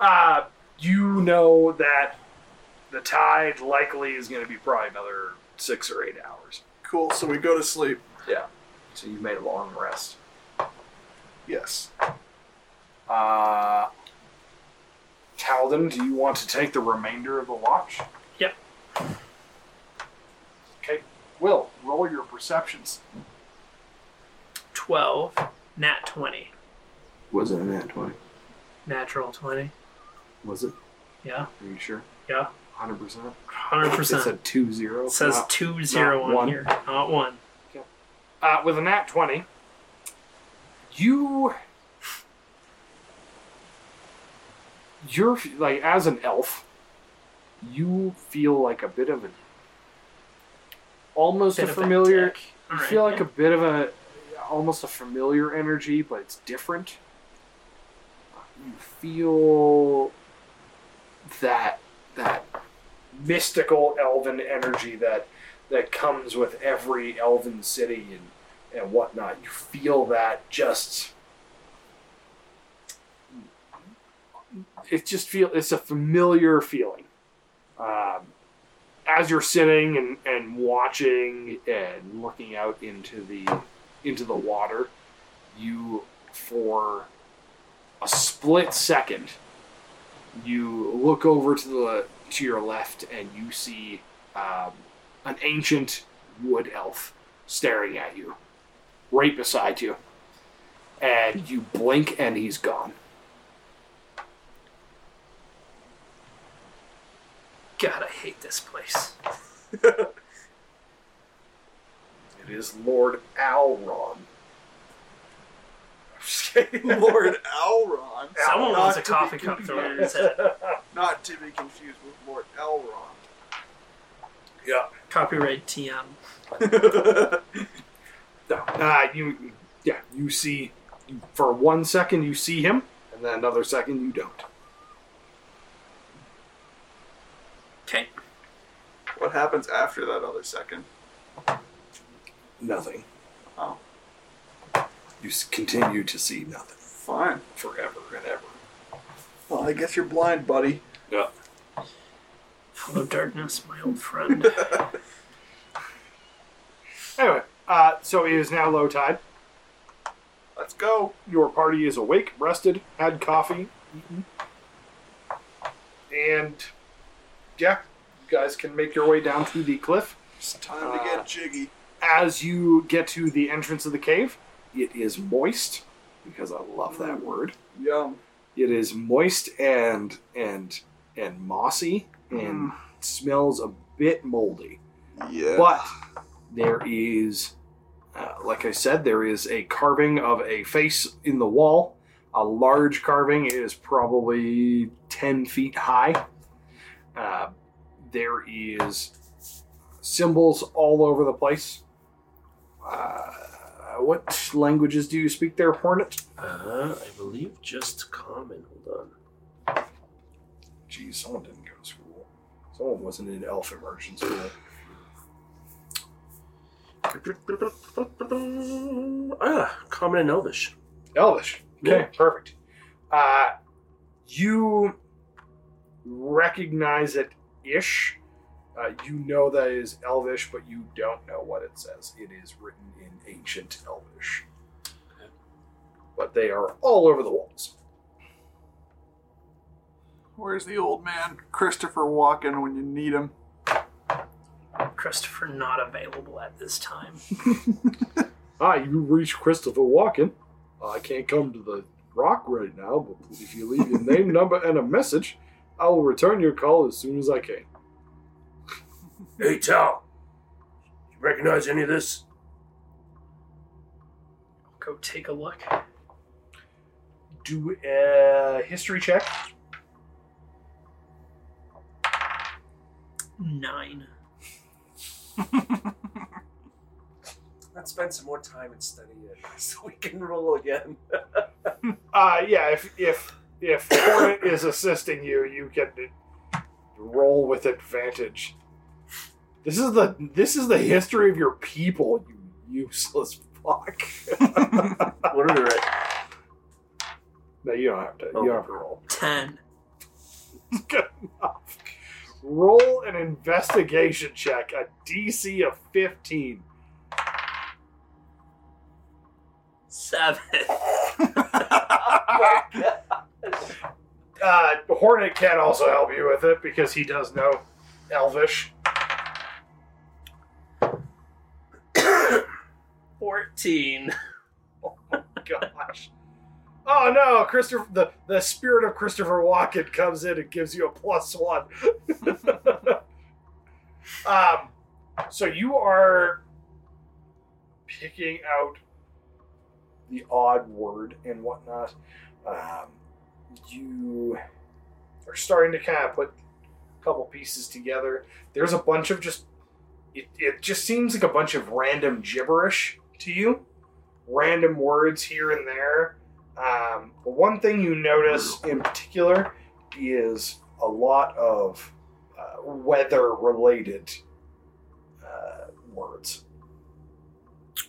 Speaker 1: uh, you know that the tide likely is going to be probably another six or eight hours.
Speaker 2: Cool. So we go to sleep.
Speaker 1: So you've made a long rest.
Speaker 2: Yes.
Speaker 1: Uh, Talden, do you want to take the remainder of the watch?
Speaker 3: Yep.
Speaker 1: Okay. Will, roll your perceptions.
Speaker 3: Twelve, nat twenty,
Speaker 1: Was it an at 20?
Speaker 3: natural twenty.
Speaker 1: Was it?
Speaker 3: Yeah,
Speaker 1: Are you sure?
Speaker 3: yeah,
Speaker 1: 100%?
Speaker 3: hundred
Speaker 1: It
Speaker 3: percent.
Speaker 1: said 2 0.
Speaker 3: It says two zero on
Speaker 1: one.
Speaker 3: here, not one.
Speaker 1: uh, with a nat 20, you. You're, f- like, as an elf, you feel like a bit of an. Almost
Speaker 3: Bit
Speaker 1: a
Speaker 3: of a
Speaker 1: familiar.
Speaker 3: dick.
Speaker 1: You
Speaker 3: All right,
Speaker 1: feel like
Speaker 3: yeah.
Speaker 1: a bit of a almost a familiar energy, but it's different. You feel that that mystical elven energy that that comes with every elven city and and whatnot. You feel that just it just feel it's a familiar feeling. Um, as you're sitting and, and watching and looking out into the into the water, you for a split second you look over to the to your left and you see um, an ancient wood elf staring at you right beside you and you blink and he's gone
Speaker 3: God, I hate this place.
Speaker 1: it is lord alron
Speaker 2: Lord
Speaker 1: *laughs*
Speaker 2: Elrond.
Speaker 3: Someone
Speaker 2: Not
Speaker 3: wants a
Speaker 2: to be
Speaker 3: coffee cup
Speaker 2: confused-
Speaker 3: thrown at his head.
Speaker 2: Not to be confused with Lord Elrond.
Speaker 3: Copyright TM.
Speaker 1: Uh, you, yeah, you see, for one second you see him, and then another second you don't.
Speaker 3: Okay.
Speaker 2: What happens after that other second?
Speaker 1: Nothing.
Speaker 2: Oh,
Speaker 1: You s- continue to see nothing
Speaker 2: fine.
Speaker 1: forever and ever.
Speaker 2: Well, I guess you're blind, buddy.
Speaker 1: Yeah.
Speaker 3: Hello, darkness, my old
Speaker 1: *laughs*
Speaker 3: friend.
Speaker 1: Anyway, uh, so it is now low tide.
Speaker 2: Let's go.
Speaker 1: Your party is awake, rested, had coffee, eaten, and yeah, you guys can make your way down to the cliff.
Speaker 2: It's time to
Speaker 1: Uh,
Speaker 2: get jiggy.
Speaker 1: As you get to the entrance of the cave, it is moist because I love that word.
Speaker 2: Yum.
Speaker 1: It is moist and and and mossy and smells a bit moldy.
Speaker 2: Yeah.
Speaker 1: But there is, uh, like I said, there is a carving of a face in the wall. A large carving It is probably ten feet high. Uh, there is symbols all over the place. Uh, what languages do you speak there, Hornet?
Speaker 4: Uh, I believe just common. Hold on.
Speaker 1: Geez, someone didn't go to school. Someone wasn't in elf immersion school.
Speaker 4: Ah, common and elvish.
Speaker 1: Elvish. Okay,
Speaker 4: Yeah.
Speaker 1: perfect. Uh, you recognize it ish. Uh, you know that it is Elvish, but you don't know what it says. It is written in ancient Elvish. But they are all over the walls.
Speaker 2: Where's the old man, Christopher Walken, when you need him?
Speaker 3: Christopher not available at this time.
Speaker 1: Ah, you reach Christopher Walken. Uh, I can't come to the rock right now, but if you leave your *laughs* name, number, and a message, I will return your call as soon as I can.
Speaker 4: Hey, Tal. You recognize any of this?
Speaker 3: Go take a look.
Speaker 1: Do a history check.
Speaker 3: Nine.
Speaker 4: Let's spend some more time and study it *laughs* so we can roll again.
Speaker 1: Uh, yeah, if if if Hornet *coughs* is assisting you, you can roll with advantage. This is the this is the history of your people, you useless fuck.
Speaker 4: What are they at?
Speaker 1: no, you don't have to.
Speaker 4: Oh,
Speaker 1: You don't have to roll.
Speaker 3: Ten.
Speaker 1: Good enough. Roll an investigation check, a DC of fifteen.
Speaker 3: Seven.
Speaker 1: Uh, Hornet can also help you with it because he does know Elvish.
Speaker 3: Fourteen.
Speaker 1: Gosh. oh no, Christopher, the, the spirit of Christopher Walken comes in and gives you a plus one. *laughs* um, so you are picking out the odd word and whatnot. Um, you are starting to kind of put a couple pieces together. There's a bunch of just, it, it just seems like a bunch of random gibberish to you, random words here and there. Um, but one thing you notice in particular is a lot of uh, weather related uh, words.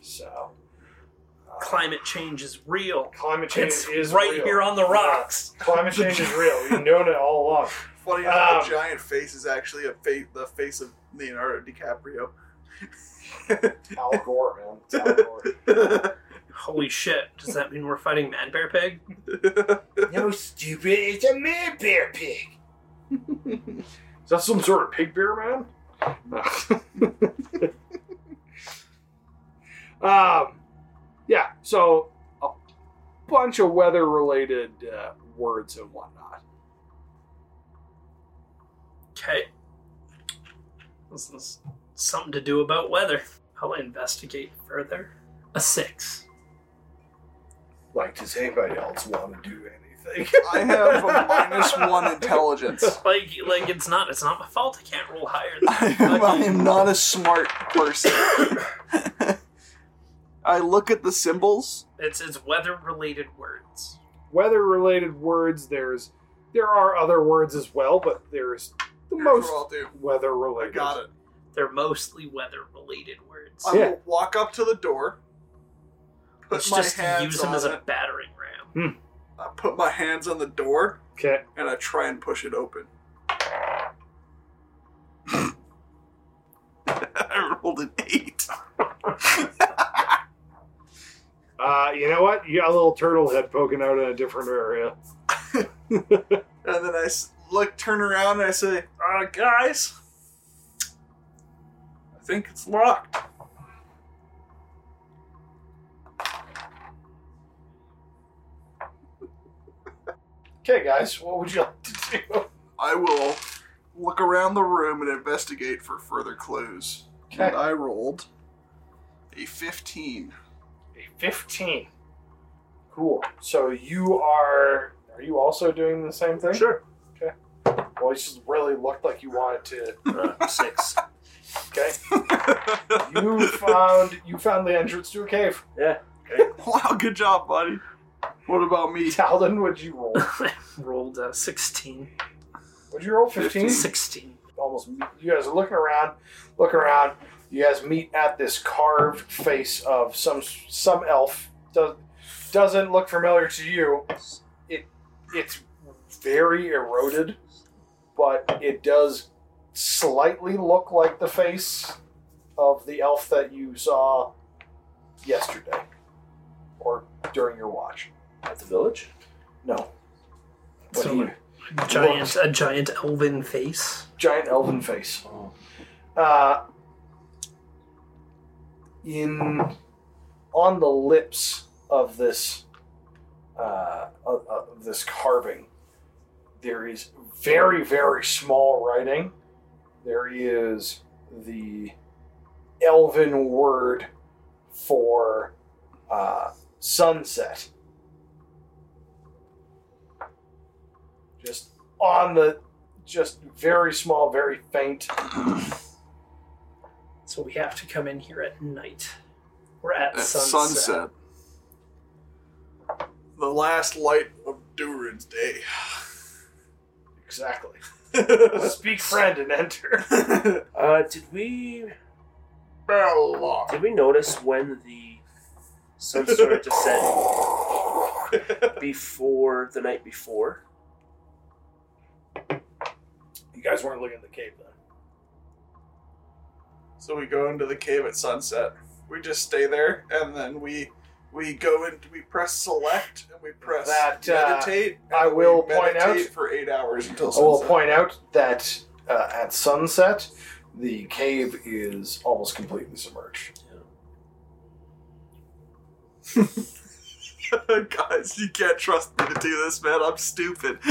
Speaker 1: So, uh,
Speaker 3: Climate change is real.
Speaker 1: climate change
Speaker 3: It's
Speaker 1: is
Speaker 3: right
Speaker 1: real.
Speaker 3: here on the rocks.
Speaker 1: Climate change is real. You've known it all along.
Speaker 3: *laughs*
Speaker 2: Funny enough,
Speaker 1: Um,
Speaker 2: the giant face is actually a fa- the face of Leonardo DiCaprio.
Speaker 1: Al Gore, man. It's Al Gore.
Speaker 3: Holy shit! Does that mean we're fighting Man Bear Pig?
Speaker 1: No, stupid, it's a man bear pig. Is that some sort of pig bear, man? *laughs* um, yeah, so a bunch of weather related uh, words and whatnot.
Speaker 3: Okay. This is something to do about weather. I'll investigate further. A six.
Speaker 1: Like, does anybody else want to do anything? *laughs*
Speaker 2: I have a minus one intelligence. *laughs*
Speaker 3: Like, like it's not. It's not my fault. I can't roll higher.
Speaker 1: *laughs*
Speaker 3: Than
Speaker 2: I am, I am not a smart person. I look at the symbols.
Speaker 3: It's it's weather related words.
Speaker 1: Weather related words, there's there are other words as well, but there's the most
Speaker 2: I'll do.
Speaker 1: weather
Speaker 2: I
Speaker 1: related.
Speaker 2: got it.
Speaker 3: They're mostly weather related words.
Speaker 2: I
Speaker 1: Yeah.
Speaker 2: will walk up to the door. Put
Speaker 3: Let's
Speaker 2: my
Speaker 3: just
Speaker 2: hands
Speaker 3: use them
Speaker 2: on
Speaker 3: as a
Speaker 2: it.
Speaker 3: battering ram.
Speaker 2: I put my hands on the door
Speaker 1: Okay.
Speaker 2: and I try and push it open. *laughs* I rolled an eight.
Speaker 1: Uh, you know what? You got a little turtle head poking out in a different area.
Speaker 2: And then I s- look, turn around, and I say, uh, guys, I think it's locked.
Speaker 1: Okay, guys, what would you like to do?
Speaker 2: I will look around the room and investigate for further clues. And I rolled a 15.
Speaker 1: A 15. Cool. So you are. Are you also doing the same thing?
Speaker 4: Sure.
Speaker 1: Well, it just really looked like you wanted to.
Speaker 3: Uh, six.
Speaker 1: Okay. you found you found the entrance to a cave.
Speaker 2: *laughs*
Speaker 1: *laughs*
Speaker 2: Wow, good job, buddy. What about me?
Speaker 1: Talden, would you roll?
Speaker 3: Rolled a sixteen.
Speaker 1: Would you roll 15?
Speaker 3: Sixteen.
Speaker 1: almost meet- you guys are looking around look around you guys meet at this carved face of some some elf does, doesn't look familiar to you it it's very eroded but it does slightly look like the face of the elf that you saw yesterday or during your watch
Speaker 4: At the village?
Speaker 1: no What
Speaker 3: So
Speaker 1: do you-
Speaker 3: like giant. A giant elven face.
Speaker 1: giant elven face.
Speaker 4: Oh.
Speaker 1: Uh, in on the lips of this uh, of, of this carving, there is very very small writing. There is the elven word for uh, sunset. Just on the just very small, very faint.
Speaker 3: So we have to come in here at night. We're at,
Speaker 2: At
Speaker 3: sunset.
Speaker 2: sunset. The last light of Durin's day. *laughs*
Speaker 1: Exactly. Speak friend and enter.
Speaker 4: Uh, did we
Speaker 2: Bella.
Speaker 4: did we notice when the sun started to set *laughs* before the night before?
Speaker 1: You guys weren't looking at the cave then.
Speaker 2: So we go into the cave at sunset. We just stay there, and then we we go and we press select, and we press
Speaker 1: That, uh,
Speaker 2: meditate. and
Speaker 1: I
Speaker 2: we
Speaker 1: will point out-
Speaker 2: meditate for eight hours until
Speaker 1: I
Speaker 2: sunset.
Speaker 1: will point out that uh, at sunset, the cave is almost completely submerged.
Speaker 2: *laughs* Guys, you can't trust me to do this, man. I'm stupid. *laughs*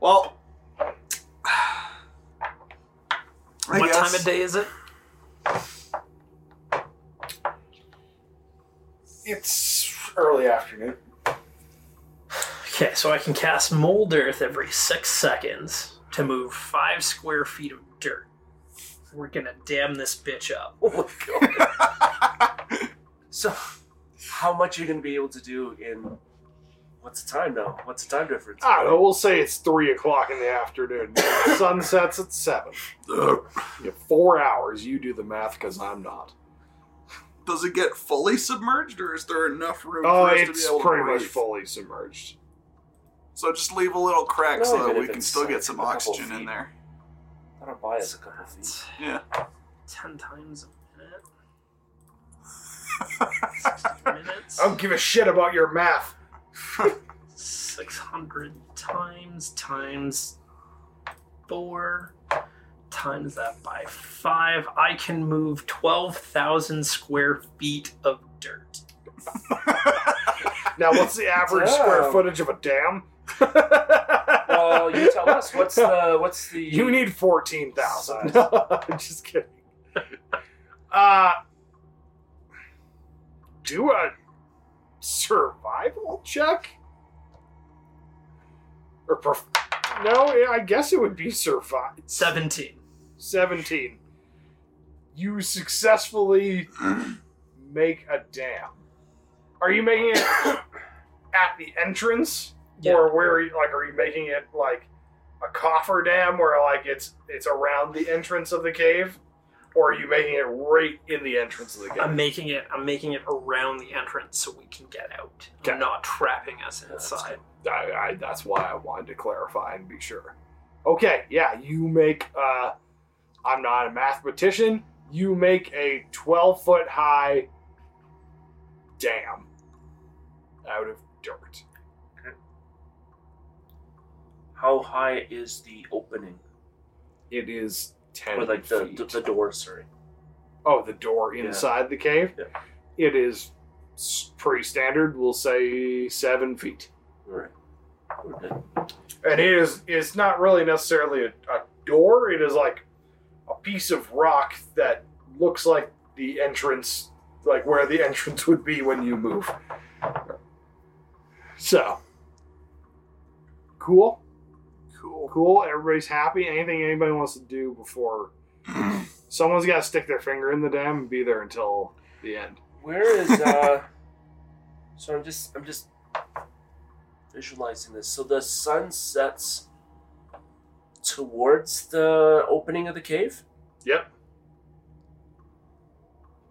Speaker 2: well, *sighs* I
Speaker 3: what
Speaker 2: guess
Speaker 3: time of day is it?
Speaker 1: It's early afternoon.
Speaker 3: Okay, so I can cast Mold Earth every six seconds to move five square feet of dirt. We're gonna dam this bitch up.
Speaker 4: *laughs* Oh my god. so, how much are you going to be able to do in. What's the time now? What's the time difference?
Speaker 1: I don't know. We'll say it's three o'clock in the afternoon. *coughs* Sun sets at seven. You have four hours. You do the math because I'm not.
Speaker 2: Does it get fully submerged, or is there enough room
Speaker 1: Oh,
Speaker 2: for us to be
Speaker 1: it's
Speaker 2: able
Speaker 1: pretty
Speaker 2: to breathe?
Speaker 1: much fully submerged.
Speaker 2: So just leave a little crack
Speaker 4: No,
Speaker 2: so
Speaker 4: even
Speaker 2: that we
Speaker 4: if
Speaker 2: can
Speaker 4: it's
Speaker 2: still
Speaker 4: like
Speaker 2: get some
Speaker 4: a couple
Speaker 2: oxygen in
Speaker 4: feet.
Speaker 2: there.
Speaker 4: That'll buy us a couple feet.
Speaker 2: Yeah.
Speaker 3: Ten times a
Speaker 2: *laughs*
Speaker 3: minute. 60 minutes.
Speaker 1: I don't give a shit about your math.
Speaker 3: 600 times times 4 times that by 5 i can move 12,000 square feet of dirt
Speaker 1: Now, what's the average square
Speaker 4: Damn.
Speaker 1: footage of a dam?
Speaker 4: Well, you tell us. What's the. What's the.
Speaker 1: You need fourteen thousand. Just kidding. Uh, do a survival check, or perf- no? yeah, I guess it would be survive
Speaker 3: 17
Speaker 1: seventeen. You successfully make a dam. Are you making it *coughs* at the entrance?
Speaker 3: yeah
Speaker 1: or where are you- like are you making it like a coffer dam where like it's it's around the entrance of the cave or are you making it right in the entrance of the cave
Speaker 3: i'm making it i'm making it around the entrance so we can get out
Speaker 1: Okay.
Speaker 3: i'm not trapping us
Speaker 4: that's
Speaker 3: inside
Speaker 1: I, I, that's why i wanted to clarify and be sure okay yeah you make uh i'm not a mathematician you make a 12 foot high dam out of dirt
Speaker 4: How high is the opening?
Speaker 1: it is 10
Speaker 4: Or like the,
Speaker 1: feet.
Speaker 4: the, the door, sorry.
Speaker 1: Oh, the door
Speaker 4: Yeah.
Speaker 1: inside the cave.
Speaker 4: Yeah.
Speaker 1: It is s- pretty standard. We'll say seven feet,
Speaker 4: Alright. We're good.
Speaker 1: and it is. It's not really necessarily a, a door. It is like a piece of rock that looks like the entrance, like where the *laughs* entrance would be when you move. So, cool,
Speaker 2: Cool.
Speaker 1: cool. Everybody's happy. Anything anybody wants to do before someone's got to stick their finger in the dam and be there until the end.
Speaker 4: Where
Speaker 1: *laughs*
Speaker 4: is uh so I'm just I'm just visualizing this. So the sun sets towards the opening of the cave?
Speaker 1: Yep.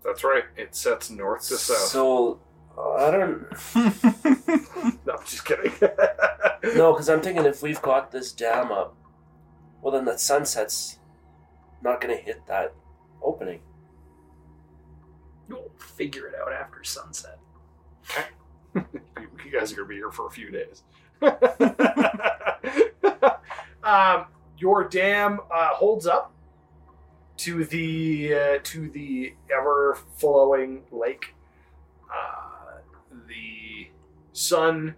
Speaker 1: That's right. It sets north to south.
Speaker 4: So I don't
Speaker 1: *laughs* no, I'm just
Speaker 4: *laughs*
Speaker 1: kidding.
Speaker 4: know because I'm thinking if we've got this dam up, well then the sunset's not gonna hit that opening.
Speaker 3: we'll figure it out after sunset
Speaker 1: you guys are gonna be here for a few days. *laughs* um, your dam uh, holds up to the uh, to the ever flowing lake. Uh, the sun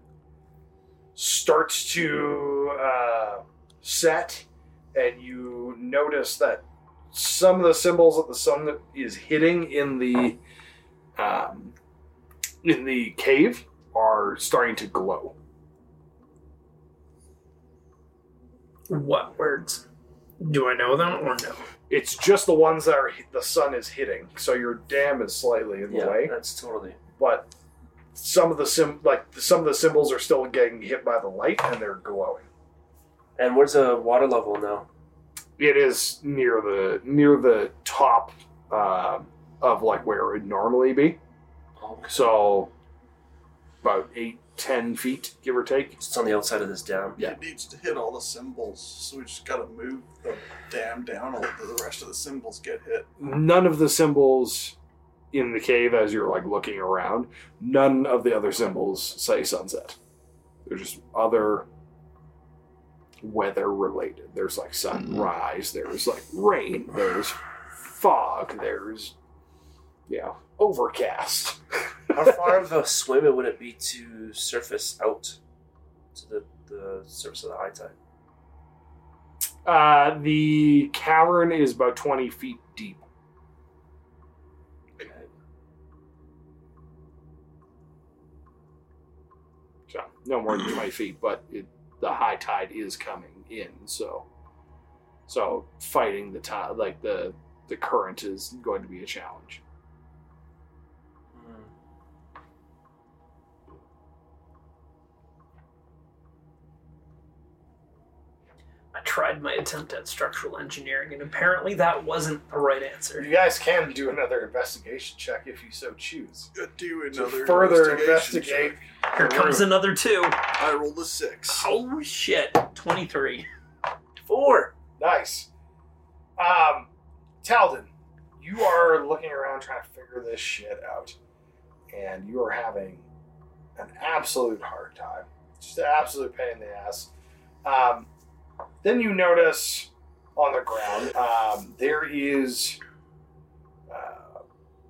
Speaker 1: starts to uh, set, and you notice that some of the symbols that the sun is hitting in the um, in the cave are starting to glow.
Speaker 3: what words do i know them or no
Speaker 1: It's just the ones that are the sun is hitting, so your dam is slightly in the
Speaker 4: yeah,
Speaker 1: way.
Speaker 4: that's totally
Speaker 1: But some of the sim like some of the symbols are still getting hit by the light and they're glowing.
Speaker 4: and where's the water level now?
Speaker 1: It is near the near the top uh, of like where it would normally be,
Speaker 4: Oh,
Speaker 1: so about eight ten feet give or take.
Speaker 4: it's on the outside of this dam.
Speaker 1: Yeah.
Speaker 2: It needs to hit all the symbols, so we just gotta move the dam down, or the rest of the symbols get hit.
Speaker 1: none of the symbols in the cave as you're like looking around none of the other symbols say sunset they're just other weather related there's like sunrise there's like rain there's fog there's yeah overcast
Speaker 4: How far of a swim would it be to surface out to the, the surface of the high tide?
Speaker 1: Uh, the cavern is about 20 feet deep.
Speaker 4: Okay.
Speaker 1: So, no more than 20 feet, but it, the high tide is coming in. So, so fighting the tide, like the, the current, is going to be a challenge.
Speaker 3: I tried my attempt at structural engineering, and apparently that wasn't the right answer.
Speaker 6: You guys can do another investigation check if you so choose.
Speaker 2: Uh, Do
Speaker 6: To
Speaker 2: another
Speaker 6: further
Speaker 2: investigation
Speaker 6: investigate,
Speaker 2: check.
Speaker 3: Here comes another two.
Speaker 2: I rolled a six.
Speaker 3: Oh shit! Twenty-three.
Speaker 4: Four.
Speaker 6: nice. Um, Talden, you are looking around trying to figure this shit out, and you are having an absolute hard time. Just an absolute pain in the ass. Um, then you notice on the ground um, there is uh,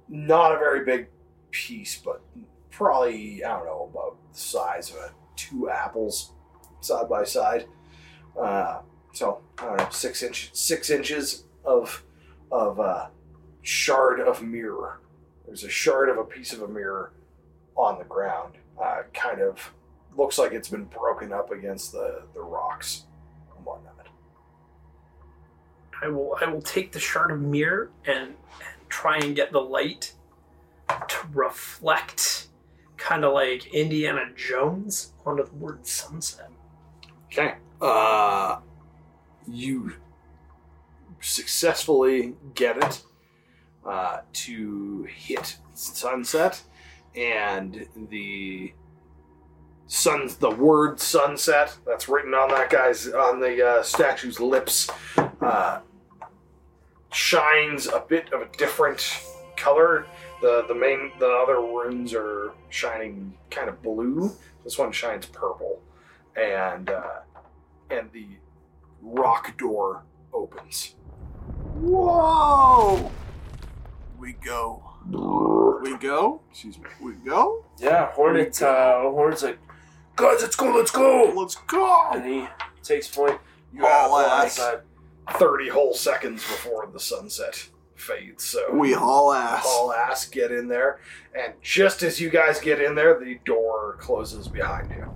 Speaker 6: not a very big piece, but probably I don't know about the size of a, two apples side by side. Uh, so I don't know six inch six inches of of uh, shard of mirror. There's a shard of a piece of a mirror on the ground. Uh, kind of looks like it's been broken up against the the rocks and whatnot.
Speaker 3: I will. I will take the shard of mirror and, and try and get the light to reflect, kind of like Indiana Jones, onto the word sunset.
Speaker 1: Okay. Uh, you successfully get it uh, to hit sunset, and the sun, the word sunset that's written on that guy's on the uh, statue's lips, uh, shines a bit of a different color. The, the main the other runes are shining kind of blue. This one shines purple, and uh, and the rock door opens.
Speaker 2: Whoa! We go. We go.
Speaker 1: Excuse me.
Speaker 2: We go.
Speaker 4: Yeah, Hornet. Uh, Hornet's like, guys, let's go, let's go.
Speaker 2: Let's go. Oh,
Speaker 4: And he takes point.
Speaker 2: All
Speaker 4: the high
Speaker 2: ass.
Speaker 4: tide.
Speaker 1: Thirty whole seconds before the sunset fades. So
Speaker 2: We haul
Speaker 4: Oh,
Speaker 2: ass.
Speaker 1: all ass get in there, and just as you guys get in there, the door closes behind you,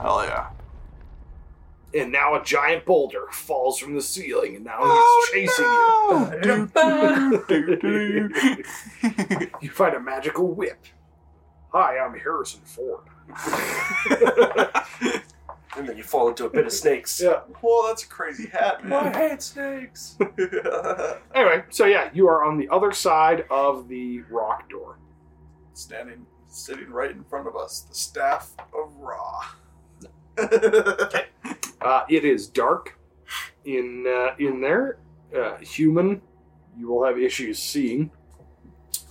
Speaker 2: Hell yeah.
Speaker 1: and now a giant boulder falls from the ceiling, and now it's chasing
Speaker 2: Oh,
Speaker 1: you. *laughs* you find a magical whip. Hi, I'm Harrison Ford.
Speaker 4: And then you fall into a pit of snakes.
Speaker 1: Yeah.
Speaker 2: Whoa, that's a crazy hat,
Speaker 4: I
Speaker 2: man.
Speaker 4: hate snakes.
Speaker 1: *laughs* Anyway, so yeah, you are on the other side of the rock door.
Speaker 2: Standing, sitting right in front of us, the staff of
Speaker 3: *laughs*
Speaker 2: Ra. *laughs*
Speaker 1: Uh, it is dark in uh, in there. Uh, human, you will have issues seeing.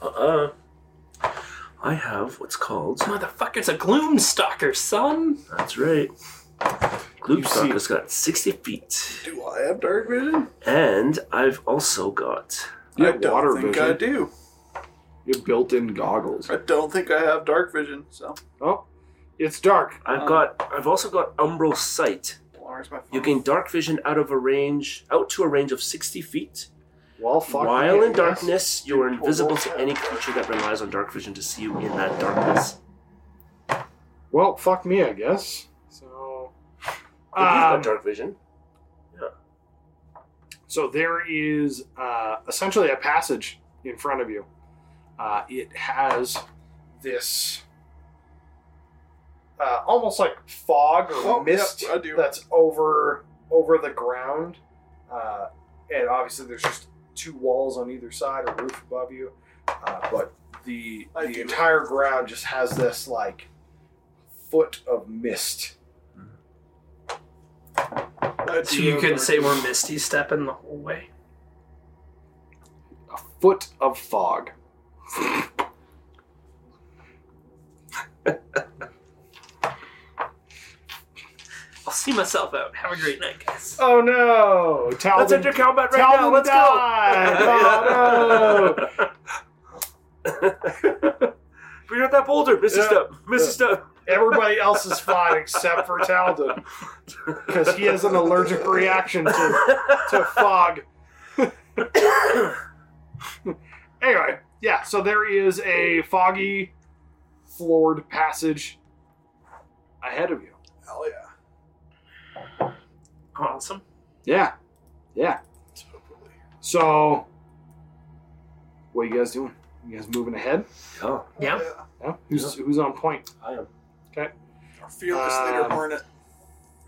Speaker 4: Uh-uh. I have what's
Speaker 3: *laughs*
Speaker 4: called.
Speaker 3: Motherfucker's a gloom stalker, son.
Speaker 4: That's right.
Speaker 1: You see-
Speaker 4: Gloomstalker's got 60 feet.
Speaker 2: Do I have dark vision?
Speaker 4: And I've also got.
Speaker 1: You
Speaker 2: I
Speaker 1: have
Speaker 2: don't
Speaker 1: water
Speaker 2: think
Speaker 1: vision.
Speaker 2: I do.
Speaker 1: You have built-in goggles.
Speaker 2: I don't think I have dark vision. So
Speaker 1: Oh, it's dark.
Speaker 4: I've
Speaker 2: Um,
Speaker 4: got. I've also got umbral sight.
Speaker 2: where's my phone?
Speaker 4: You gain dark vision out of a range, out to a range of 60 feet.
Speaker 1: Well, fuck. me,
Speaker 4: While in
Speaker 1: I guess.
Speaker 4: darkness, you are
Speaker 2: Pull
Speaker 4: invisible
Speaker 2: those
Speaker 4: to
Speaker 2: out.
Speaker 4: any creature that relies on dark vision to see you in that darkness.
Speaker 1: Well, fuck me, I guess. So,
Speaker 4: But you've got
Speaker 1: um,
Speaker 4: dark vision.
Speaker 1: so there is uh, essentially a passage in front of you. Uh, it has this uh, almost like fog or
Speaker 2: Oh,
Speaker 1: mist
Speaker 2: yep, I do.
Speaker 1: that's over over the ground, uh, and obviously there's just two walls on either side, a roof above you, uh, but the
Speaker 2: I
Speaker 1: the
Speaker 2: do.
Speaker 1: entire ground just has this like foot of mist.
Speaker 2: I
Speaker 3: So
Speaker 2: do
Speaker 3: you
Speaker 2: have
Speaker 3: could
Speaker 2: dark
Speaker 3: say
Speaker 2: vision.
Speaker 3: we're Misty stepping the whole way.
Speaker 1: a foot of fog.
Speaker 3: I'll see myself out. Have a great night, guys.
Speaker 1: Oh no! Talbot,
Speaker 4: Let's enter combat right now. Let's *laughs* go.
Speaker 1: died. Oh, no.
Speaker 4: that boulder. Miss a
Speaker 1: Yeah.
Speaker 4: step. Miss a step.
Speaker 1: Everybody else is fine except for Talden because he has an
Speaker 2: *laughs*
Speaker 1: allergic reaction to, to fog. *coughs* anyway, yeah, so there is a foggy, floored passage ahead of you.
Speaker 2: Hell yeah.
Speaker 3: Awesome.
Speaker 1: Yeah, yeah.
Speaker 2: Totally.
Speaker 1: So, what you guys doing? You guys moving ahead?
Speaker 4: Oh,
Speaker 3: Yeah.
Speaker 1: Yeah. Who's who's on point?
Speaker 4: I am.
Speaker 2: Our fearless leader
Speaker 1: Um,
Speaker 2: Hornet.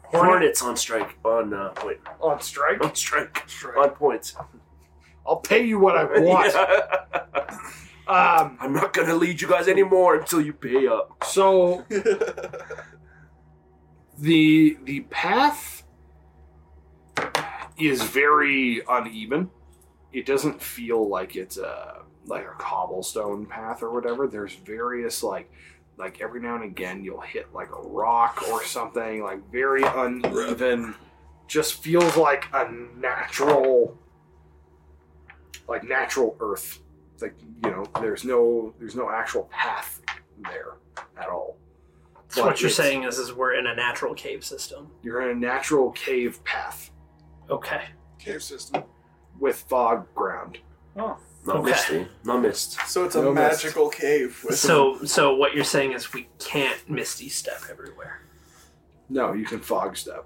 Speaker 4: Hornets on strike. On uh, point.
Speaker 1: On strike.
Speaker 4: On strike.
Speaker 2: Strike.
Speaker 4: On point.
Speaker 1: I'll pay you what I want.
Speaker 4: *laughs* Yeah.
Speaker 1: Um,
Speaker 4: I'm not gonna lead you guys anymore until you pay up.
Speaker 1: So the the path is very uneven. It doesn't feel like it's a like a cobblestone path or whatever. There's various like like every now and again you'll hit like a rock or something like very uneven. Just feels like a natural like natural earth. Like you know, there's no there's no actual path there at all.
Speaker 3: So what
Speaker 1: But
Speaker 3: you're
Speaker 1: it's-
Speaker 3: saying is, is we're in a natural cave system.
Speaker 1: You're in a natural cave path
Speaker 3: Okay.
Speaker 2: *laughs* Cave system.
Speaker 1: with fog ground.
Speaker 4: Not
Speaker 3: Okay.
Speaker 4: misty. Not missed.
Speaker 1: *laughs*
Speaker 2: So it's a
Speaker 1: No mist.
Speaker 2: magical cave. With
Speaker 3: So so what you're saying is we can't misty step everywhere.
Speaker 1: No, you can fog step.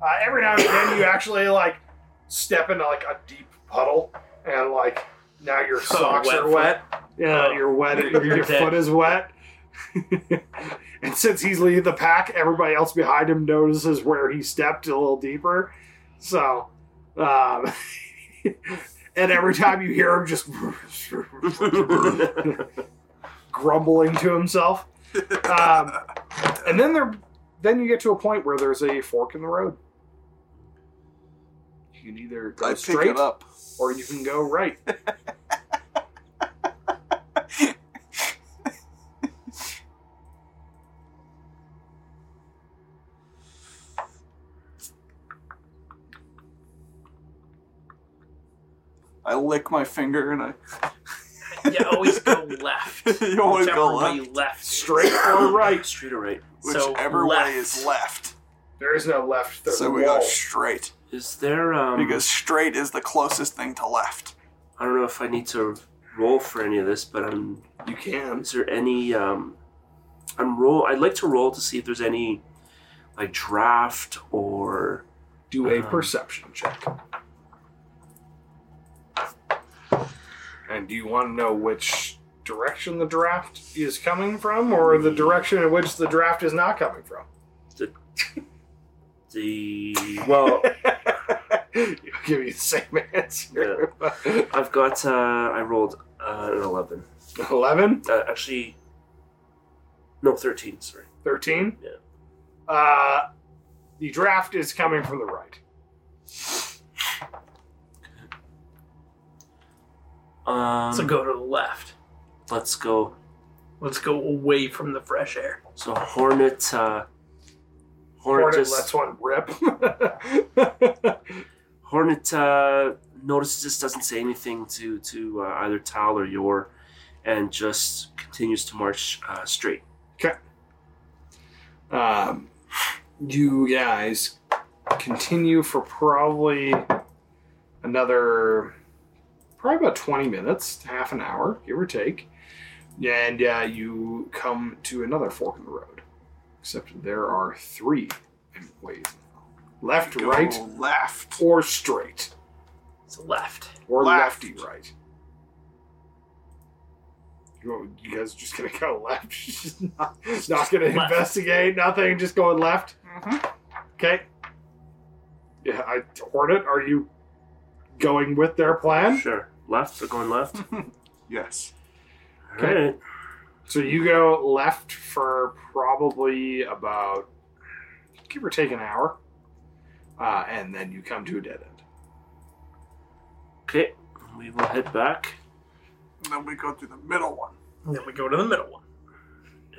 Speaker 6: Uh, every now and then you actually like step into like a deep puddle and like
Speaker 3: *laughs*
Speaker 6: now your
Speaker 3: So
Speaker 6: socks
Speaker 3: wet
Speaker 6: are
Speaker 3: foot.
Speaker 6: wet.
Speaker 1: Yeah,
Speaker 3: Oh.
Speaker 1: you're wet. Uh, Your,
Speaker 3: You're dead.
Speaker 1: foot is wet. *laughs* and since he's leading the pack, everybody else behind him notices where he stepped a little deeper. So, um, *laughs* and every time you hear him just *laughs* grumbling to himself. Um, and then there, then you get to a point where there's a fork in the road. You can either go
Speaker 2: I pick
Speaker 1: straight
Speaker 2: it up.
Speaker 1: or you can go right.
Speaker 2: I lick my finger and I. *laughs*
Speaker 3: You always go left.
Speaker 2: you always
Speaker 3: Whichever
Speaker 2: go
Speaker 3: way
Speaker 2: left.
Speaker 3: you left.
Speaker 1: Straight or right.
Speaker 4: Straight or right?
Speaker 3: So
Speaker 2: Whichever
Speaker 3: left.
Speaker 2: way is left.
Speaker 1: There is no left. There's
Speaker 2: So
Speaker 1: a
Speaker 2: we
Speaker 1: wall.
Speaker 2: go straight.
Speaker 4: Is there um?
Speaker 2: Because straight is the closest thing to left.
Speaker 4: I don't know if I need to roll for any of this, but I'm.
Speaker 1: you can.
Speaker 4: Is there any um? I'm roll. I'd like to roll to see if there's any, like draft or
Speaker 1: Do a
Speaker 3: Uh-huh.
Speaker 4: Um,
Speaker 1: perception check. And do you want to know which direction the draft is coming from, or
Speaker 3: Mm.
Speaker 1: the direction in which the draft is not coming from?
Speaker 4: the. Well,
Speaker 1: I'll give *laughs* you the same answer.
Speaker 4: I've got. Uh, I rolled uh, an eleven.
Speaker 1: Eleven,
Speaker 4: Uh, actually, no, thirteen. Sorry.
Speaker 1: thirteen. 11, 13.
Speaker 4: Yeah.
Speaker 1: Uh, the draft is coming from the right.
Speaker 4: Um,
Speaker 3: So go to the left.
Speaker 4: let's go.
Speaker 3: Let's go away from the fresh air.
Speaker 4: So Hornet. Uh,
Speaker 1: Hornet
Speaker 4: Hornet, just
Speaker 1: lets one rip. *laughs*
Speaker 4: Hornet uh, notices this, doesn't say anything to to uh, either Tal or Yor, and just continues to march uh, straight.
Speaker 1: um, you guys continue for probably another probably about 20 minutes half an hour give or take and uh, you come to another fork in the road except there are three ways left
Speaker 2: Go
Speaker 1: right
Speaker 2: Left.
Speaker 1: or straight
Speaker 3: It's left.
Speaker 1: or
Speaker 2: Left.
Speaker 1: lefty right you, you guys just gonna go left *laughs* Just not, not gonna
Speaker 3: Left.
Speaker 1: investigate nothing just going left Okay. Yeah, I Hornet, are you going with their plan?
Speaker 4: Sure, left. They're going left.
Speaker 2: Yes.
Speaker 4: All right.
Speaker 1: So you go left for probably about give or take an hour, uh, and then you come to a dead end.
Speaker 4: Okay, we will head back,
Speaker 2: And then we go through the middle
Speaker 1: *laughs*
Speaker 2: one.
Speaker 3: And then we go to the middle one.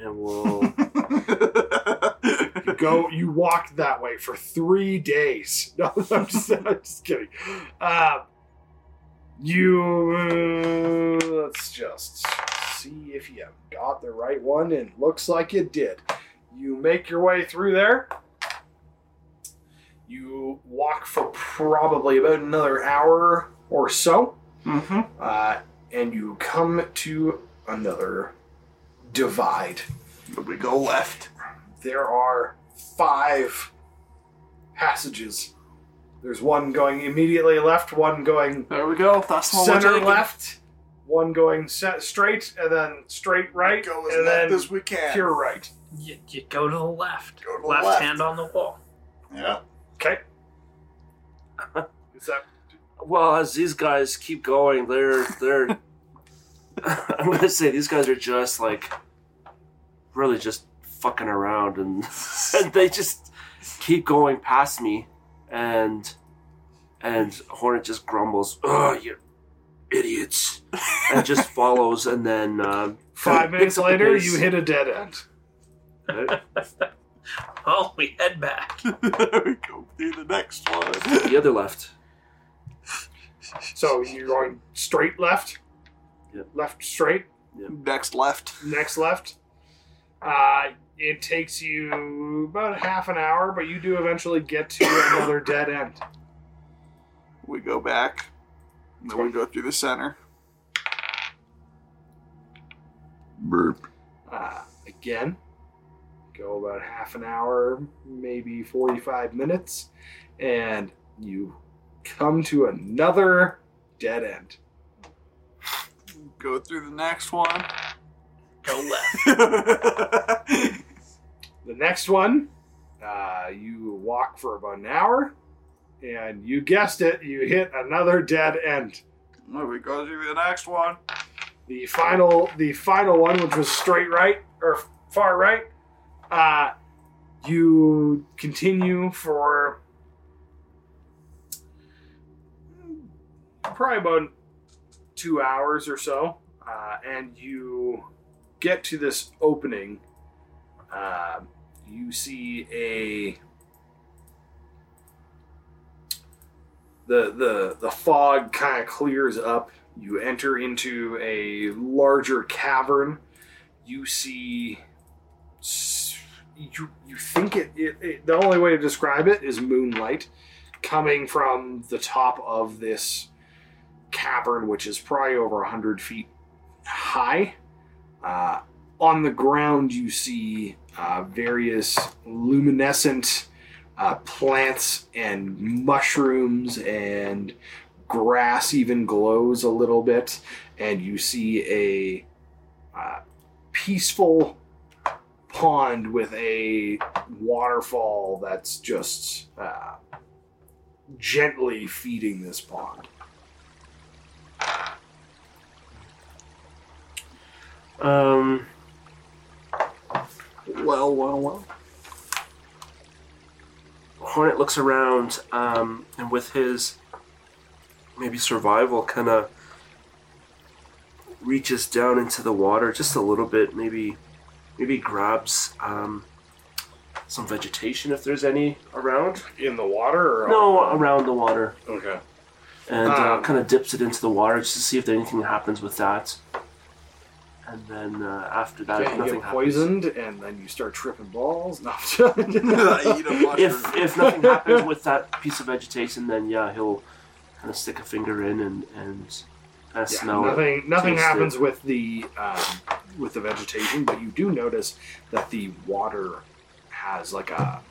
Speaker 4: and we'll.
Speaker 2: *laughs*
Speaker 1: You go, you walk that way for three days. *laughs* No, I'm just, I'm just kidding. Uh, you uh, let's just see if you got the right one, and looks like you did. You make your way through there. You walk for probably about another hour or so,
Speaker 2: Mm-hmm.
Speaker 1: uh, and you come to another divide.
Speaker 2: We go left.
Speaker 1: There are five passages. There's one going immediately left, one going
Speaker 2: There we go. That's the one we're
Speaker 1: center
Speaker 2: taking.
Speaker 1: left, one going set straight, and then straight right,
Speaker 2: Go as
Speaker 1: and
Speaker 2: left
Speaker 1: then
Speaker 2: as we can.
Speaker 1: pure right.
Speaker 3: You, you go to the left.
Speaker 2: Go to the
Speaker 3: left,
Speaker 2: left.
Speaker 3: hand on the wall.
Speaker 2: Yeah. *laughs*
Speaker 1: Okay. Is that
Speaker 4: Well, as these guys keep going, they're they're. *laughs* I'm gonna say these guys are just like, really just fucking around, and *laughs* and they just keep going past me, and and Hornet just grumbles, "Oh, you idiots," and just follows, and then um,
Speaker 1: five
Speaker 4: picks
Speaker 1: minutes
Speaker 4: up the
Speaker 1: later?
Speaker 4: pace.
Speaker 1: You hit a dead end.
Speaker 3: Oh, we head back.
Speaker 2: there we go. Do the next one.
Speaker 4: the other left.
Speaker 1: So you're going straight left,
Speaker 4: Yep.
Speaker 1: left straight,
Speaker 2: Next left.
Speaker 1: next left. Uh, it takes you about half an hour, but you do eventually get to *coughs* another dead end.
Speaker 2: We go back. And then we go through the center. Burp.
Speaker 1: Uh, again, go about half an hour, maybe 45 minutes, and you come to another dead end.
Speaker 2: Go through the next one.
Speaker 3: Go left.
Speaker 2: *laughs*
Speaker 1: *laughs* The next one, uh, you walk for about an hour, and you guessed it, you hit another dead end.
Speaker 2: Well, we go through the next one. *laughs*
Speaker 1: The final, the final one, which was straight right or far right, uh, you continue for probably about two hours or so, uh, and you get to this opening. Um you see a the the the fog kind of clears up. You enter into a larger cavern. You see. s- You, you think it, it, it the only way to describe it is moonlight coming from the top of this cavern, which is probably over 100 feet high. Uh, on the ground, you see uh, various luminescent uh, plants and mushrooms, and grass even glows a little bit. And you see a uh, peaceful pond with a waterfall that's just uh, gently feeding this pond.
Speaker 4: Um,
Speaker 2: Well, well, well.
Speaker 4: Hornet looks around, um, and with his maybe survival, kind of reaches down into the water just a little bit. Maybe, maybe grabs um, some vegetation if there's any around.
Speaker 1: In the water? Or
Speaker 4: No, around the water,
Speaker 1: Okay.
Speaker 4: and uh,
Speaker 1: Um.
Speaker 4: kind of dips it into the water just to see if anything happens with that. And then uh, after that,
Speaker 1: Yeah,
Speaker 4: if
Speaker 1: you
Speaker 4: nothing
Speaker 1: get
Speaker 4: happens.
Speaker 1: poisoned, and then you start tripping balls. *laughs* No,
Speaker 2: I eat a mushroom.
Speaker 4: If if nothing happens with that piece of vegetation, then yeah, he'll kind of stick a finger in and and kind of
Speaker 1: Yeah,
Speaker 4: smell it.
Speaker 1: nothing nothing
Speaker 4: Taste
Speaker 1: happens with the um, with the vegetation, but you do notice that the water has like a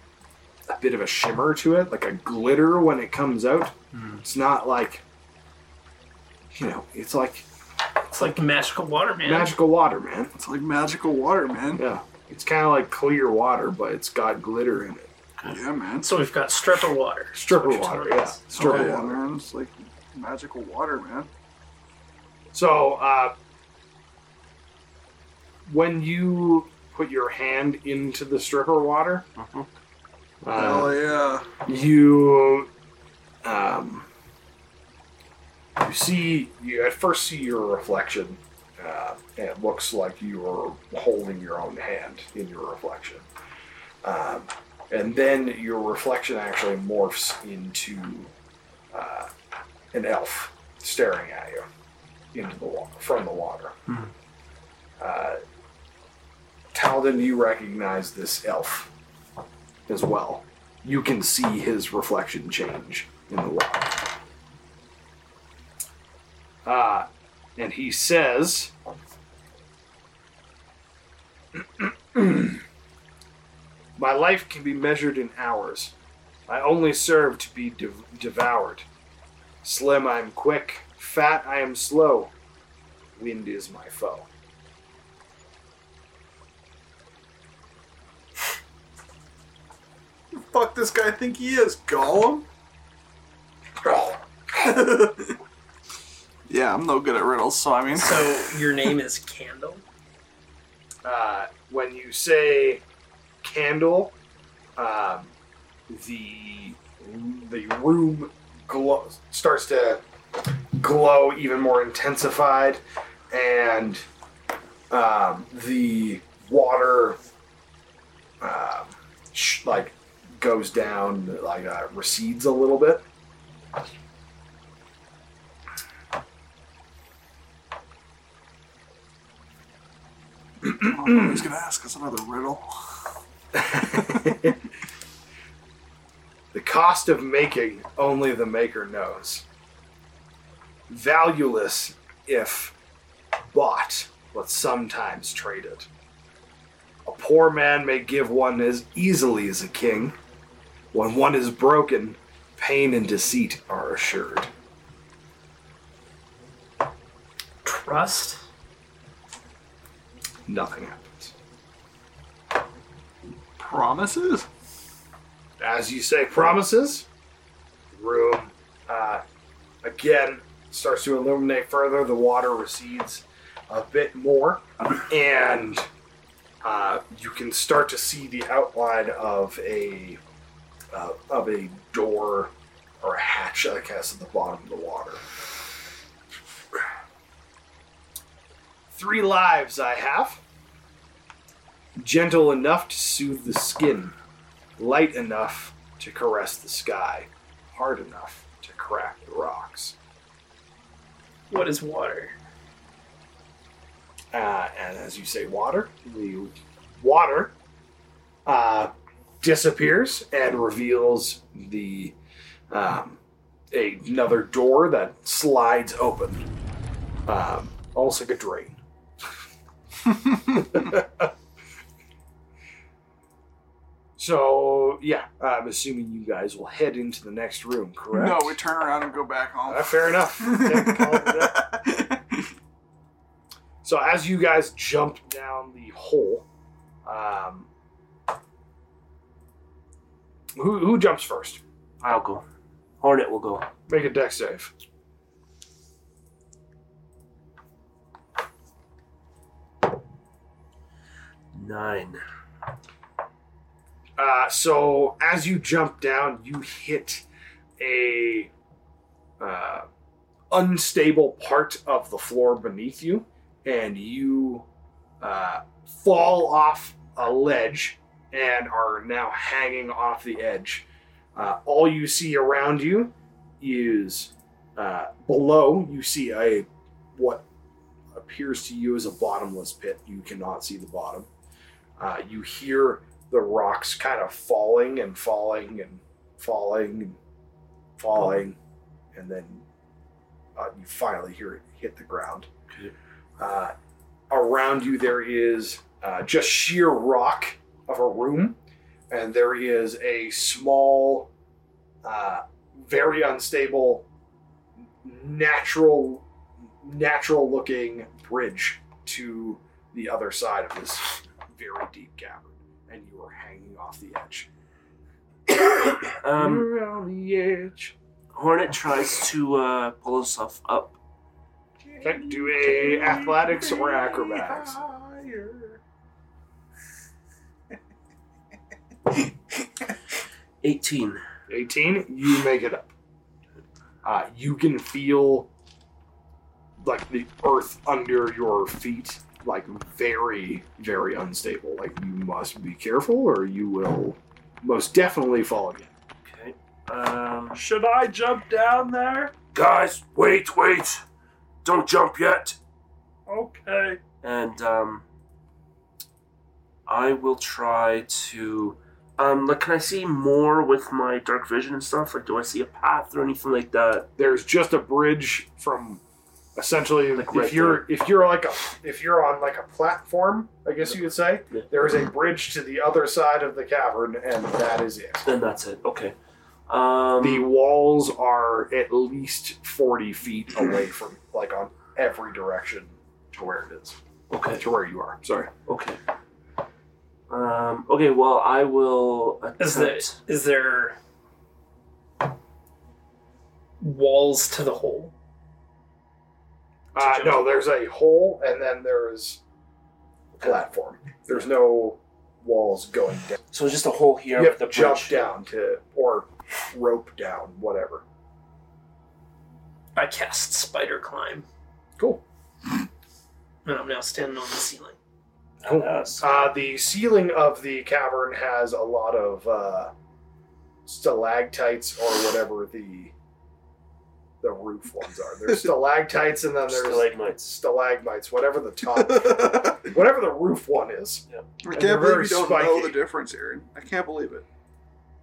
Speaker 1: a bit of a shimmer to it, like a glitter when it comes out. It's not like you know, it's like
Speaker 3: It's like magical water, man.
Speaker 1: magical water, man.
Speaker 2: It's like magical water, man.
Speaker 1: Yeah, it's kind of like clear water, but it's got glitter in it.
Speaker 2: Yeah, man.
Speaker 3: So we've got stripper water.
Speaker 1: Stripper
Speaker 3: That's what
Speaker 1: water,
Speaker 3: you're telling
Speaker 1: yeah,
Speaker 3: us.
Speaker 2: Oh,
Speaker 1: stripper
Speaker 2: yeah,
Speaker 1: water.
Speaker 2: man. It's like magical water, man.
Speaker 1: So, uh, when you put your hand into the stripper water,
Speaker 4: Mhm.
Speaker 1: uh,
Speaker 2: Hell yeah.
Speaker 1: you um, you see you at first see your reflection. Uh, and it looks like you are holding your own hand in your reflection, um, and then your reflection actually morphs into uh, an elf staring at you into the water from the water. Uh, Talden, you recognize this elf as well. You can see his reflection change in the water. Uh, and he says, *clears throat* My life can be measured in hours. I only serve to be dev- devoured. Slim I am quick, fat I am slow. Wind is my foe. *laughs*
Speaker 2: Fuck this guy think he is, Gollum? *laughs* yeah, I'm no good at riddles, so I mean
Speaker 3: So your name is Candle.
Speaker 1: Uh, when you say candle, um, the the room glow, starts to glow even more intensified, and um, the water um, sh- like goes down, like uh, recedes a little bit.
Speaker 2: Oh, he's gonna ask us another riddle.
Speaker 1: The cost of making only the maker knows. Valueless if bought, but sometimes traded. A poor man may give one as easily as a king. When one is broken, pain and deceit are assured.
Speaker 3: Trust.
Speaker 1: Nothing happens.
Speaker 2: Promises?
Speaker 1: as you say, promises. Room uh, again starts to illuminate further. The water recedes a bit more, and uh, you can start to see the outline of a uh, of a door or a hatch, I guess, at the bottom of the water. Three lives I have. Gentle enough to soothe the skin light enough to caress the sky, hard enough to crack the rocks.
Speaker 3: What is water?
Speaker 1: Uh, and as you say, water, the water uh, disappears and reveals the um, a- another door that slides open, um, almost like a drain. *laughs* so yeah, I'm assuming you guys will head into the next room, correct?
Speaker 2: No, we turn around and go back home.
Speaker 1: Uh, fair
Speaker 2: *laughs*
Speaker 1: enough. Yeah, call it that. So as you guys jump down the hole, um, who, who jumps first?
Speaker 4: I'll go. Hornet will go.
Speaker 1: Make a deck save.
Speaker 4: Nine.
Speaker 1: Uh, so as you jump down, you hit a uh, unstable part of the floor beneath you, and you uh, fall off a ledge and are now hanging off the edge. Uh, all you see around you is uh, below. You see a what appears to you as a bottomless pit. You cannot see the bottom. Uh, you hear the rocks kind of falling and falling and falling and falling, and then uh, you finally hear it hit the ground.
Speaker 4: Okay.
Speaker 1: Uh, around you, there is uh, just sheer rock of a room, and there is a small, uh, very unstable, natural, natural-looking bridge to the other side of this very deep cavern, and you are hanging off the edge.
Speaker 4: Um,
Speaker 1: You're on the edge.
Speaker 4: Hornet tries to uh, pull himself up.
Speaker 1: Okay, do a athletics or acrobatics.
Speaker 4: Eighteen.
Speaker 1: 18, you make it up. Uh, you can feel like the earth under your feet, like very, very unstable. Like you must be careful, or you will most definitely fall again.
Speaker 4: Okay. Um,
Speaker 2: Should I jump down there?
Speaker 4: guys, wait, wait! Don't jump yet.
Speaker 2: Okay.
Speaker 4: And and um, I will try to. Um, like, can I see more with my dark vision and stuff? Like, do I see a path or anything like that?
Speaker 1: There's just a bridge from essentially
Speaker 4: Like
Speaker 1: if
Speaker 4: right
Speaker 1: you're if you're like a if you're on like a platform, I guess you could say,
Speaker 4: Yeah.
Speaker 1: there is a bridge to the other side of the cavern and that is it.
Speaker 4: Then that's it. Okay. Um,
Speaker 1: The walls are at least 40 feet away from like on every direction to where it is.
Speaker 4: okay.
Speaker 1: To where you are. Sorry.
Speaker 4: Okay. Um, okay. Well, I will
Speaker 3: Is
Speaker 4: attempt.
Speaker 3: that is there walls to the hole?
Speaker 1: Uh, no, there's a hole and then there is platform. There's no walls going down.
Speaker 4: So just a hole here
Speaker 1: You have
Speaker 4: with the
Speaker 1: to jump
Speaker 4: bridge.
Speaker 1: down to or rope down, whatever.
Speaker 3: I cast spider climb,
Speaker 1: Cool.
Speaker 3: and I'm now standing on the ceiling.
Speaker 4: Oh, Yes.
Speaker 1: Uh, the ceiling of the cavern has a lot of uh, stalactites or whatever the the roof ones are. *laughs* There's stalactites and then there's
Speaker 4: Stalagmites.
Speaker 1: stalagmites, whatever the top, whatever the roof one is.
Speaker 2: I
Speaker 1: they're
Speaker 2: can't believe
Speaker 1: very
Speaker 2: you don't know
Speaker 1: spiky.
Speaker 2: the difference, Aaron. I can't believe it.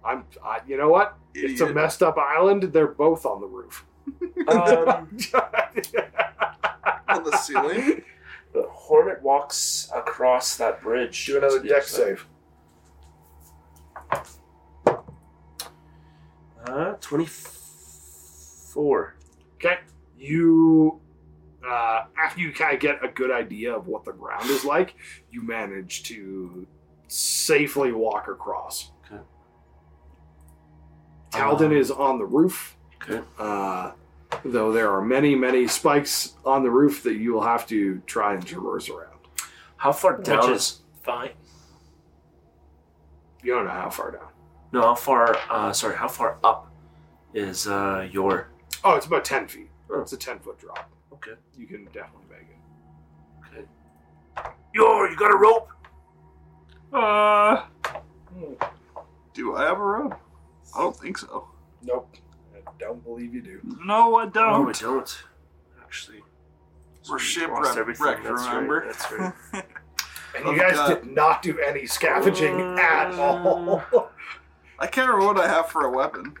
Speaker 1: I'm, I, you know what? It's a
Speaker 2: Idiot.
Speaker 1: messed up island. They're both on the *laughs* roof.
Speaker 4: um, *laughs*
Speaker 2: on the
Speaker 1: *laughs*
Speaker 2: ceiling.
Speaker 4: the hornet walks across that bridge.
Speaker 1: Do another
Speaker 4: to the
Speaker 1: deck
Speaker 4: other side.
Speaker 1: save.
Speaker 4: Uh, twenty-four.
Speaker 1: Okay. You, uh, after you kind of get a good idea of what the ground is like, you manage to safely walk across.
Speaker 4: Okay. Uh,
Speaker 1: Talden is on the roof.
Speaker 4: Okay.
Speaker 1: Uh, though there are many, many spikes on the roof that you will have to try and traverse around.
Speaker 4: How far down
Speaker 3: Which
Speaker 4: is
Speaker 3: is fine.
Speaker 1: You don't know how far down.
Speaker 4: No, how far? Uh, sorry, how far up is uh, your?
Speaker 1: Oh, it's about 10 feet.
Speaker 4: Oh.
Speaker 1: It's a 10 foot drop.
Speaker 4: Okay.
Speaker 1: You can definitely make it.
Speaker 4: Okay. Yo, you got a rope?
Speaker 2: Uh,
Speaker 1: Hmm.
Speaker 2: do I have a rope? I don't think so.
Speaker 1: Nope. I don't believe you do.
Speaker 2: No, I
Speaker 4: Oh,
Speaker 2: don't.
Speaker 4: we don't. Actually, So
Speaker 2: We're
Speaker 4: we
Speaker 2: shipwrecked,
Speaker 4: lost everything,
Speaker 2: wrecked,
Speaker 4: that's right,
Speaker 2: remember?
Speaker 4: That's
Speaker 2: *laughs*
Speaker 4: right.
Speaker 1: And you
Speaker 2: Oh,
Speaker 1: guys
Speaker 2: God.
Speaker 1: did not do any scavenging at all. *laughs*
Speaker 2: I can't remember what I have for a weapon.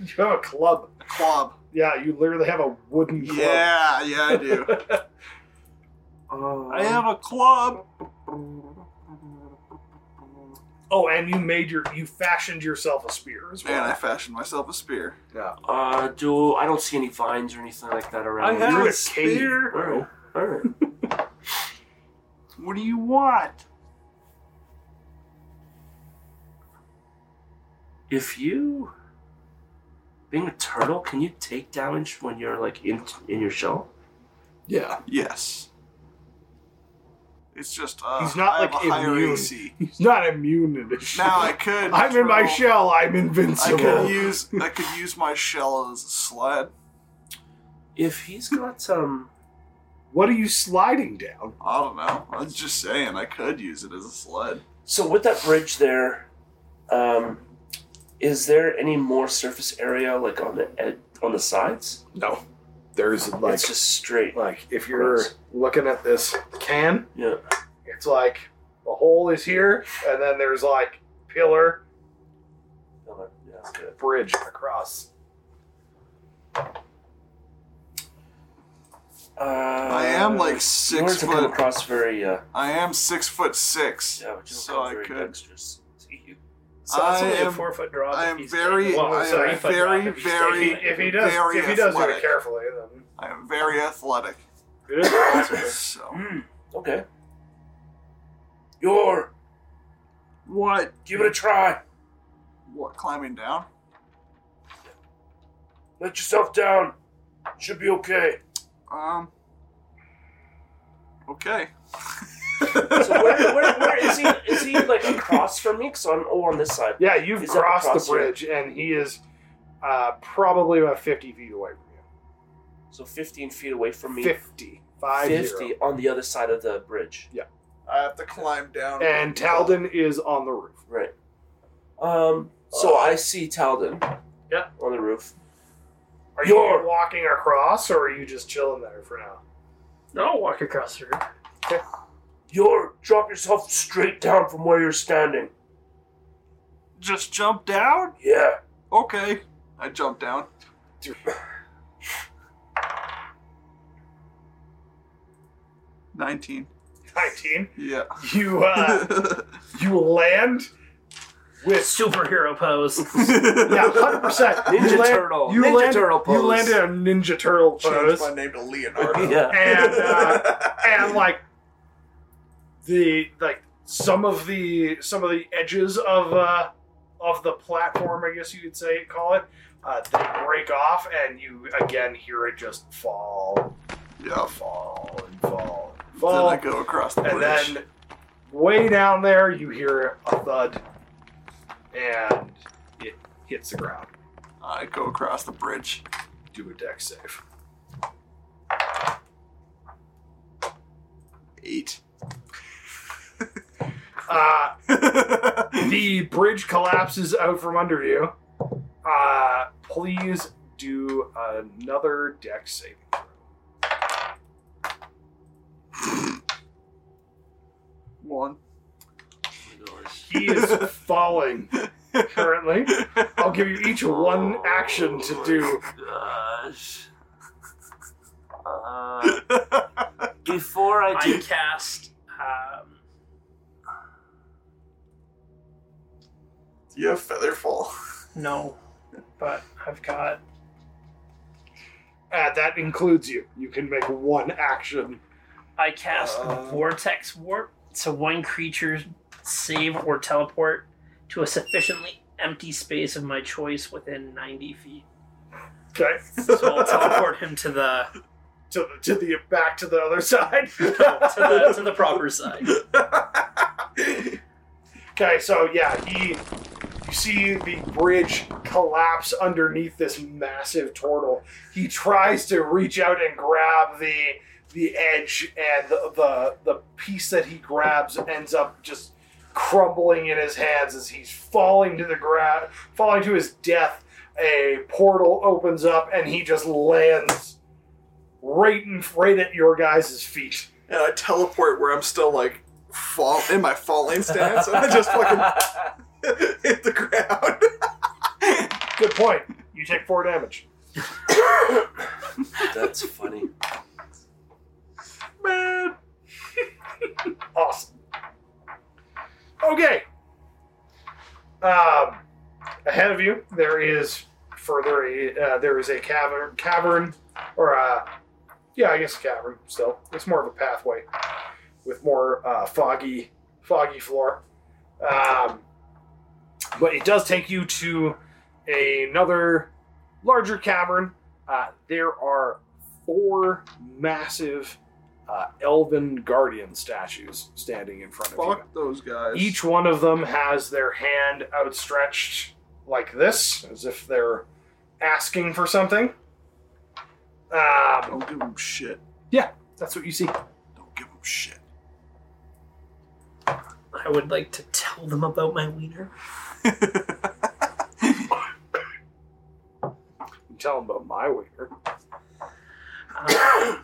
Speaker 1: you have a club.
Speaker 2: A club.
Speaker 1: Yeah, you literally have a wooden club.
Speaker 2: Yeah, yeah, I do.
Speaker 4: Um,
Speaker 2: I have a club.
Speaker 1: Oh, and you made your you fashioned yourself a spear as well.
Speaker 2: And I fashioned myself a spear.
Speaker 4: Uh, do I don't see any vines or anything like that around.
Speaker 1: have
Speaker 4: here.
Speaker 1: a spear.
Speaker 4: All right. All right.
Speaker 2: What do you want?
Speaker 4: If you, being a turtle, can you take damage when you're like in in your shell?
Speaker 1: Yeah.
Speaker 2: Yes. It's just uh,
Speaker 1: He's not,
Speaker 2: I have
Speaker 1: like,
Speaker 2: a higher
Speaker 1: immune.
Speaker 2: AC.
Speaker 1: He's not immune to this.
Speaker 2: Now I
Speaker 1: shit.
Speaker 2: could.
Speaker 1: I'm in my
Speaker 2: throw-
Speaker 1: shell. I'm
Speaker 2: I
Speaker 1: invincible.
Speaker 2: could use. I could use my shell as a sled.
Speaker 4: If he's got um,
Speaker 1: What are you sliding down?
Speaker 2: I don't know. I was just saying I could use it as a sled.
Speaker 4: so with that bridge there, um, is there any more surface area like on the ed- on the sides?
Speaker 1: No. There's like
Speaker 4: it's just straight.
Speaker 1: like if you're looking at this can,
Speaker 4: Yeah.
Speaker 1: it's like the hole is here, and then there's like pillar
Speaker 4: Yeah, that's good.
Speaker 1: bridge across.
Speaker 4: Uh,
Speaker 2: I am like six
Speaker 4: to Uh, come
Speaker 2: foot.
Speaker 4: across very uh,
Speaker 2: I am six foot six.
Speaker 4: yeah, which
Speaker 2: So I
Speaker 4: very
Speaker 2: could-
Speaker 4: dexterous to you.
Speaker 3: So that's
Speaker 2: I
Speaker 3: only a
Speaker 2: am-
Speaker 3: four foot drop.
Speaker 2: I
Speaker 3: if
Speaker 2: am
Speaker 3: he's
Speaker 2: very-
Speaker 3: taking- well,
Speaker 1: I
Speaker 3: it's a
Speaker 1: am
Speaker 3: three-foot
Speaker 2: very,
Speaker 3: drop if he's
Speaker 2: very-
Speaker 1: If
Speaker 3: taking it.
Speaker 1: he, if he does,
Speaker 2: Very
Speaker 1: if he does do it
Speaker 2: athletic.
Speaker 1: carefully, then
Speaker 2: I am very athletic. So
Speaker 4: Mm, Okay. Your,
Speaker 2: what?
Speaker 4: give it a try.
Speaker 2: What? Climbing down?
Speaker 4: Let yourself down. Should be okay.
Speaker 2: Um. Okay.
Speaker 4: So where, where, where is he? Is he like across from me? Cause I'm oh on this side.
Speaker 1: Yeah, you've
Speaker 4: He's up
Speaker 1: crossed
Speaker 4: across
Speaker 1: the bridge, and he is uh, probably about 50 feet away from
Speaker 4: So 15 feet away from
Speaker 1: you.
Speaker 4: me.
Speaker 1: 50. Five
Speaker 4: 50
Speaker 1: zero.
Speaker 4: on the other side of the bridge.
Speaker 2: I have to climb down.
Speaker 1: And Talden is on the roof.
Speaker 4: Right. Um. So I see Talden.
Speaker 1: Yeah.
Speaker 4: On the roof.
Speaker 1: Are you
Speaker 4: You're-
Speaker 1: walking across, or are you just chilling there for now?
Speaker 3: No, I'll walk across here.
Speaker 4: You're drop yourself straight down from where you're standing.
Speaker 2: Just jump down?
Speaker 4: Yeah.
Speaker 2: Okay. I jump down. Nineteen.
Speaker 1: 19.
Speaker 2: Yeah.
Speaker 1: You
Speaker 2: *laughs*
Speaker 1: uh, you land with
Speaker 3: Superhero
Speaker 2: *laughs*
Speaker 3: pose.
Speaker 1: yeah, hundred percent.
Speaker 4: Ninja Turtle.
Speaker 1: You
Speaker 4: Ninja
Speaker 1: land,
Speaker 4: Turtle pose.
Speaker 1: You land in a Ninja Turtle pose,
Speaker 6: Change my name to Leonardo.
Speaker 4: Yeah.
Speaker 1: and uh, and like the like some of the some of the edges of uh of the platform, I guess you could say call it, uh, they break off, and you again hear it just fall,
Speaker 2: *laughs* yeah.
Speaker 1: fall, and fall, and
Speaker 2: Then
Speaker 1: fall.
Speaker 2: I go across the
Speaker 1: And
Speaker 2: bridge.
Speaker 1: then way down there, you hear a thud, and it hits the ground.
Speaker 2: I go across the bridge.
Speaker 1: Do a deck save. *laughs*
Speaker 2: Eight.
Speaker 1: Uh, the bridge collapses out from under you. Uh, please do another deck saving throw.
Speaker 2: One.
Speaker 1: He is falling currently. I'll give you each one action to do.
Speaker 4: Gosh. Uh, before I
Speaker 3: I
Speaker 4: do,
Speaker 3: cast. Um,
Speaker 6: Do *laughs* you have Featherfall?
Speaker 3: no, but I've got.
Speaker 1: Uh, that includes you. You can make one action.
Speaker 3: I cast Vortex Warp so one creature save or teleport to a sufficiently empty space of my choice within 90 feet.
Speaker 1: Okay,
Speaker 3: So I'll teleport him to the
Speaker 1: to the, to the back to the other *laughs* side.
Speaker 3: to the to the proper side.
Speaker 1: Okay, so yeah, he. You see the bridge collapse underneath this massive turtle. He tries to reach out and grab the the edge, and the the, the piece that he grabs ends up just crumbling in his hands as he's falling to the ground, falling to his death. A portal opens up, and he just lands right in, right at your guys' feet.
Speaker 6: And I teleport where I'm still like fall in my falling stance, and I just fucking *laughs* hit the ground.
Speaker 1: Good point. You take four damage.
Speaker 4: that's funny.
Speaker 1: Awesome. Okay. Um, ahead of you, there is further. A, uh, there is a cavern, cavern, or a, yeah, I guess a cavern. Still, it's more of a pathway with more uh, foggy, foggy floor. Um, but it does take you to another larger cavern. Uh, there are four massive uh, elven guardian statues standing in front of you.
Speaker 2: Fuck those guys.
Speaker 1: Each one of them has their hand outstretched like this, as if they're asking for something. Um,
Speaker 2: Don't give them shit.
Speaker 1: that's what you see.
Speaker 2: Don't give them shit.
Speaker 3: I would like to tell them about my wiener.
Speaker 1: You tell them about my wiener.
Speaker 3: Um,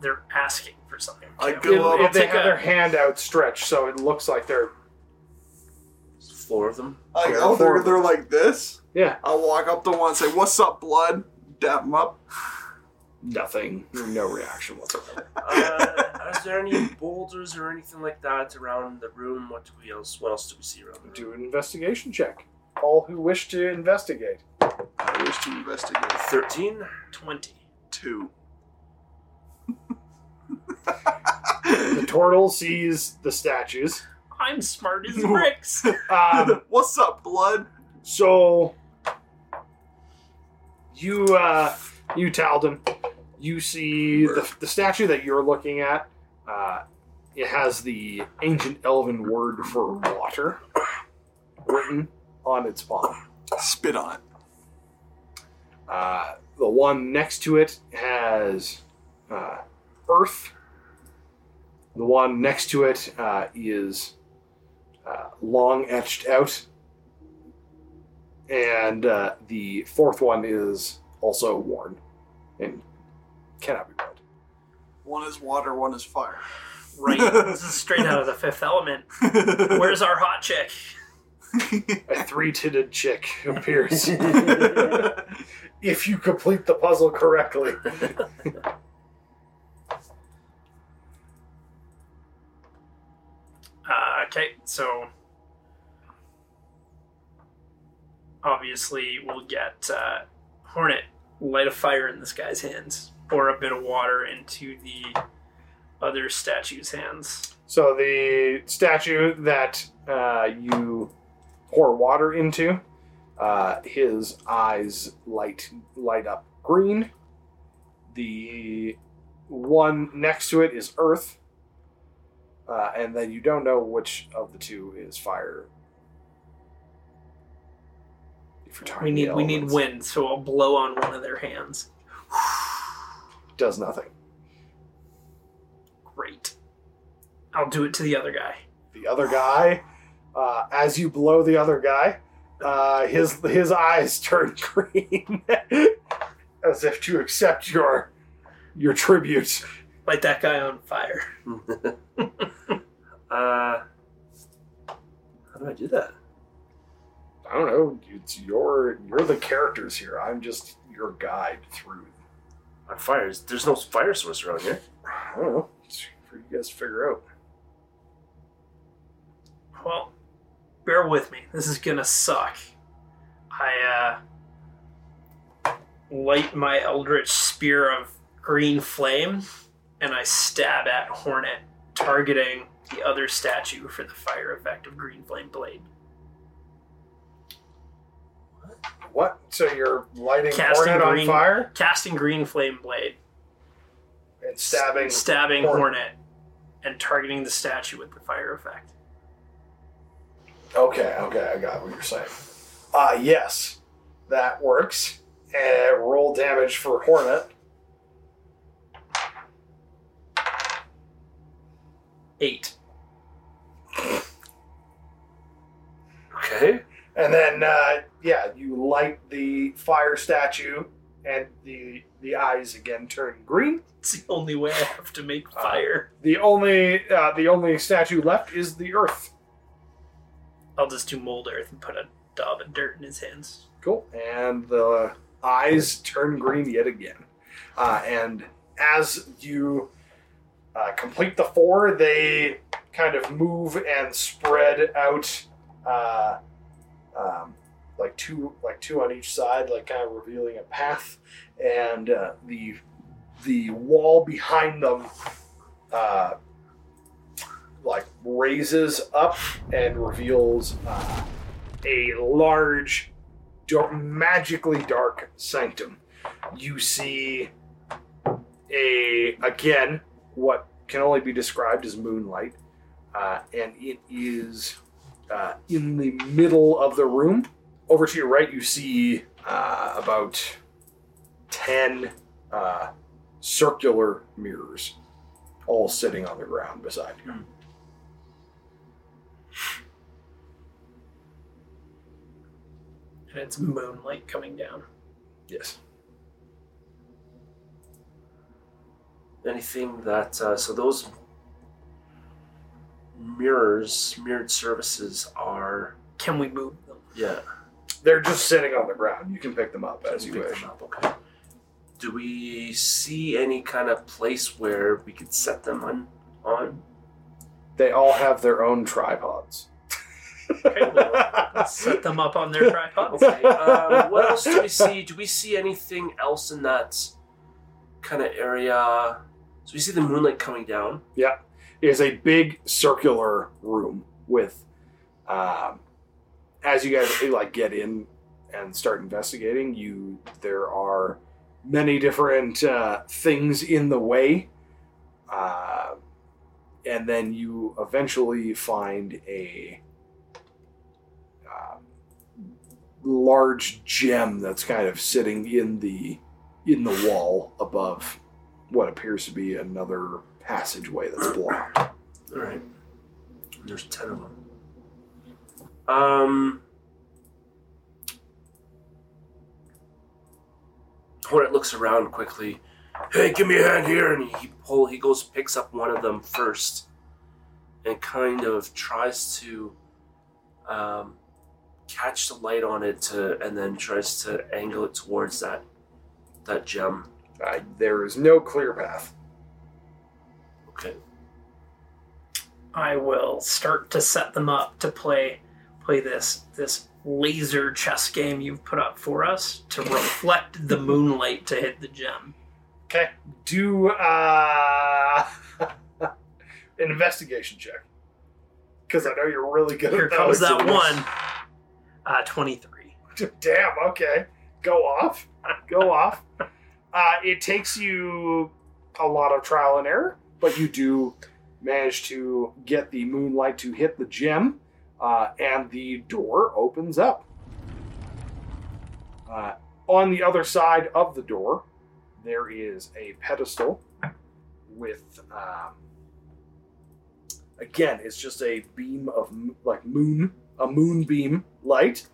Speaker 3: they're asking for something.
Speaker 6: I
Speaker 3: too.
Speaker 6: go up-
Speaker 1: If, if they
Speaker 3: take
Speaker 1: have
Speaker 3: a-
Speaker 1: their hand outstretched, so it looks like they're
Speaker 4: Four of them.
Speaker 6: Like, oh, they're, they're like this.
Speaker 1: yeah
Speaker 2: I'll walk up to one and say, What's up, blood? Dap them up.
Speaker 1: nothing, no reaction whatsoever.
Speaker 4: Uh, is there any boulders or anything like that around the room? What do we else? What else do we see around the room?
Speaker 1: Do an investigation check. All who wish to investigate.
Speaker 2: I wish to investigate.
Speaker 4: *laughs* Thirteen.
Speaker 3: 20.
Speaker 2: Two. *laughs*
Speaker 1: The turtle sees the statues.
Speaker 3: I'm smart as bricks.
Speaker 1: Um,
Speaker 2: What's up, blood?
Speaker 1: So you uh you Talden, you see the, the statue that you're looking at. Uh, it has the ancient elven word for water written on its palm.
Speaker 2: Spit on it.
Speaker 1: Uh, the one next to it has uh, earth. The one next to it uh, is uh, long etched out. And uh, the fourth one is also worn and cannot be read.
Speaker 2: One is water, one is fire. *laughs*
Speaker 3: Right? this is straight out of the fifth element. Where's our hot chick?
Speaker 1: A three-titted chick
Speaker 4: *laughs*
Speaker 1: appears. if you complete the puzzle correctly.
Speaker 3: Uh, okay, so obviously we'll get uh, Hornet light a fire in this guy's hands, or a bit of water into the other statue's hands.
Speaker 1: So the statue that uh, you pour water into, uh, his eyes light light up green. The one next to it is earth, uh, and then you don't know which of the two is fire. If you're talking
Speaker 3: We need we need
Speaker 1: elements.
Speaker 3: wind, so I'll blow on one of their hands.
Speaker 1: Does nothing.
Speaker 3: Great. I'll do it to the other guy.
Speaker 1: the other guy. Uh, as you blow the other guy, uh, his his eyes *laughs* turn green, *laughs* as if to accept your your tribute.
Speaker 3: Light that guy on fire.
Speaker 4: Uh, how do I do that?
Speaker 1: I don't know. It's your you're the characters here. I'm just your guide through.
Speaker 4: On fire? is- There's no fire source around here.
Speaker 1: I don't know. It's for you guys to figure out.
Speaker 3: Well, bear with me. This is gonna suck. I uh, light my eldritch spear of green flame, and I stab at Hornet, targeting the other statue for the fire effect of green flame blade.
Speaker 1: What? So you're lighting
Speaker 3: Casting
Speaker 1: Hornet on
Speaker 3: green-
Speaker 1: fire
Speaker 3: Casting green flame blade,
Speaker 1: and stabbing.
Speaker 3: stabbing
Speaker 1: Hornet.
Speaker 3: Hornet, and targeting the statue with the fire effect.
Speaker 1: Okay, okay, I got what you're saying. Uh, yes, that works. Uh, roll damage for Hornet.
Speaker 3: Eight.
Speaker 4: Okay.
Speaker 1: And then, uh, yeah, you light the fire statue, and the the eyes again turn green.
Speaker 3: It's the only way I have to make
Speaker 1: Ah.
Speaker 3: fire.
Speaker 1: The only uh, the only statue left is the Earth.
Speaker 3: I'll just do mold earth and put a daub of dirt in his hands.
Speaker 1: Cool. And the eyes turn green yet again. Uh, and as you uh, complete the four, they kind of move and spread out, uh, um, like two, like two on each side, like kind of revealing a path. And uh, the the wall behind them, uh, like raises up and reveals uh, a large dar- magically dark sanctum. You see a again what can only be described as moonlight, uh, and it is uh, in the middle of the room. Over to your right, you see uh, about ten uh, circular mirrors, all sitting on the ground beside you.
Speaker 3: and it's moonlight coming down.
Speaker 1: Yes.
Speaker 4: Anything that uh, so those mirrors, mirrored surfaces are
Speaker 3: Can we move them?
Speaker 4: yeah.
Speaker 1: They're just sitting on the ground. You can pick them up as you
Speaker 4: Pick them
Speaker 1: wish.
Speaker 4: up, okay. Do we see any kind of place where we could set them on? On
Speaker 1: They all have their own tripods.
Speaker 3: Okay, well, let's set them up on their
Speaker 1: Oh.
Speaker 3: tripods.
Speaker 4: Okay. Um, what else do we see? Do we see anything else in that kind of area? So we see the moonlight coming down.
Speaker 1: is a big circular room with um, as you guys eh, like get in and start investigating you there are many different uh, things in the way uh, and then you eventually find a um, large gem that's kind of sitting in the in the wall above what appears to be another passageway that's blocked
Speaker 4: All right. There's ten of them. Um. Hornet looks around quickly. "Hey, give me a hand here!" And he pull he goes picks up one of them first, and kind of tries to um, catch the light on it to, and then tries to angle it towards that that gem.
Speaker 1: Uh, there is no clear path.
Speaker 4: Okay.
Speaker 3: I will start to set them up to play play this this laser chess game you've put up for us to reflect the moonlight to hit the gem.
Speaker 1: Okay. Do uh, *laughs* an investigation check. Because I know you're really good
Speaker 3: Here
Speaker 1: at those.
Speaker 3: comes that one. Uh, Twenty three.
Speaker 1: Damn, okay. Go off. Go off. Uh, it takes you a lot of trial and error, but you do manage to get the moonlight to hit the gem, uh, and the door opens up. Uh, on the other side of the door, there is a pedestal with, um, again, it's just a beam of m- like moon, a moonbeam light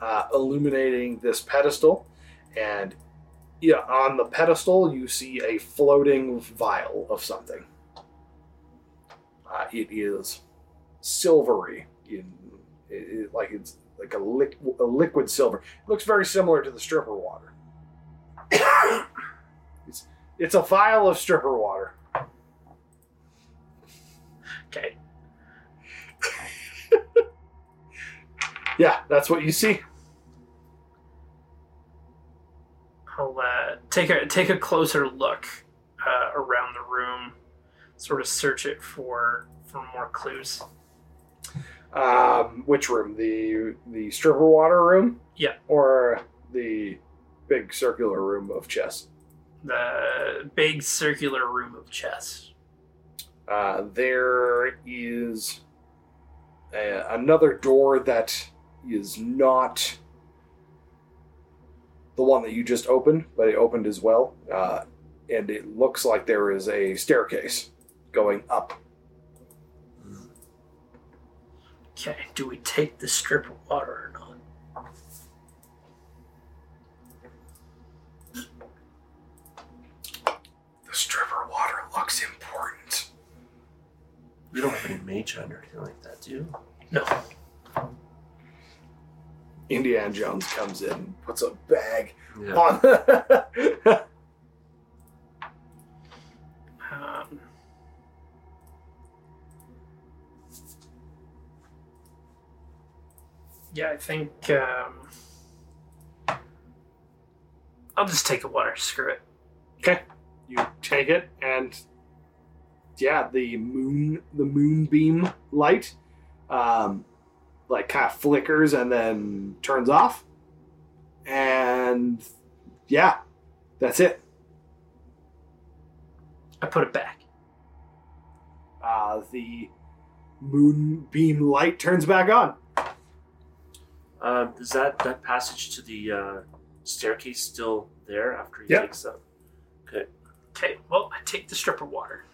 Speaker 1: uh, illuminating this pedestal. And yeah, on the pedestal, you see a floating vial of something. Uh, it is silvery, in, it, it- like it's like a, liq a liquid silver. It looks very similar to the stripper water. *coughs* it's, it's a vial of stripper water.
Speaker 3: Okay.
Speaker 1: Yeah, that's what you see.
Speaker 3: I'll uh, take a take a closer look uh, around the room, sort of search it for for more clues.
Speaker 1: Um, which room? The the stripper water room?
Speaker 3: Yeah.
Speaker 1: Or the big circular room of chess?
Speaker 3: The big circular room of chess.
Speaker 1: Uh, there is a, another door that is not the one that you just opened, but it opened as well. Uh, and it looks like there is a staircase going up.
Speaker 3: Okay, do we take the strip of water or not?
Speaker 1: The stripper water looks important.
Speaker 4: You don't have any mage hand or anything like that, do you?
Speaker 3: No.
Speaker 1: Indiana Jones comes in, and puts a bag
Speaker 4: Yeah.
Speaker 1: on. *laughs*
Speaker 3: Um, yeah, I think um, I'll just take the water. Screw it.
Speaker 1: you take it and yeah the moon the moonbeam light um like kind of flickers and then turns off and yeah that's it
Speaker 3: I put it back.
Speaker 1: uh the moonbeam light turns back on
Speaker 4: Um, is that that passage to the uh, staircase still there after he
Speaker 1: Yeah.
Speaker 4: takes up?
Speaker 3: Okay, well, I take the stripper water.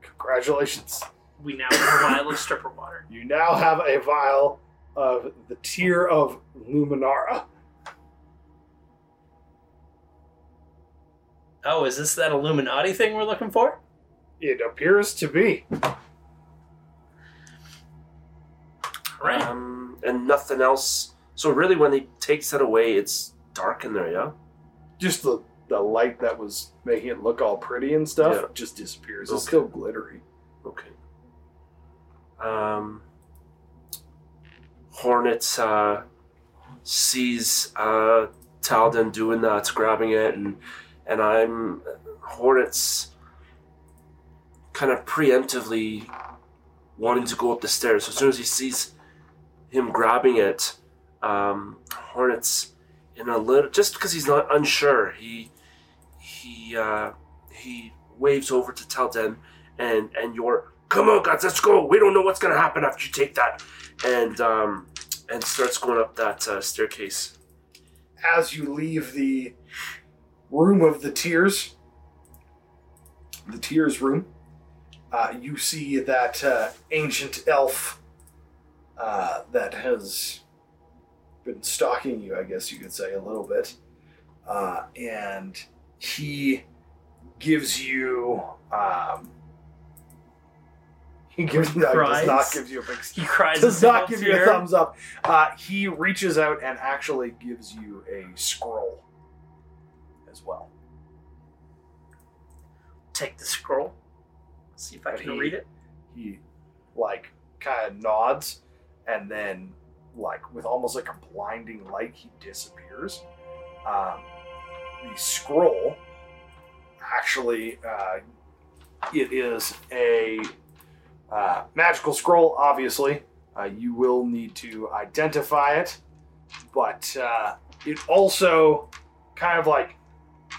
Speaker 1: congratulations
Speaker 3: We now have *coughs* a vial of stripper water.
Speaker 1: you now have a vial of the tear of luminara
Speaker 3: Oh, is this that Illuminati thing we're looking for?
Speaker 1: it appears to be
Speaker 3: Right.
Speaker 4: Um, and nothing else. So really, when he takes that away, it's dark in there. Yeah.
Speaker 1: just the the light that was making it look all pretty and stuff
Speaker 4: Yeah.
Speaker 1: just disappears.
Speaker 4: Okay.
Speaker 1: It's still glittery.
Speaker 4: Okay. Um, Hornet uh, sees uh, Talden doing that, grabbing it, and and I'm Hornet's kind of preemptively wanting to go up the stairs. So as soon as he sees him grabbing it, um, Hornet's in a little just because he's not unsure. He he uh, he waves over to Talden and and your come on guys let's go we don't know what's gonna happen after you take that and um and starts going up that uh, staircase
Speaker 1: As you leave the room of the tears, the tears room, uh, you see that uh, ancient elf uh, that has been stalking you, I guess you could say, a little bit. Uh, and he gives you. Um, *laughs* he gives no, he does
Speaker 3: Cries.
Speaker 1: not give you a big
Speaker 3: He cries.
Speaker 1: does
Speaker 3: himself
Speaker 1: not give you a
Speaker 3: here.
Speaker 1: thumbs up. Uh, he reaches out and actually gives you a scroll as well.
Speaker 3: Take the scroll. See if I
Speaker 1: But
Speaker 3: can
Speaker 1: he-
Speaker 3: read it.
Speaker 1: He like kind of nods and then like with almost like a blinding light he disappears. Um, the scroll actually uh, it is a uh, magical scroll obviously uh, you will need to identify it but uh, it also kind of like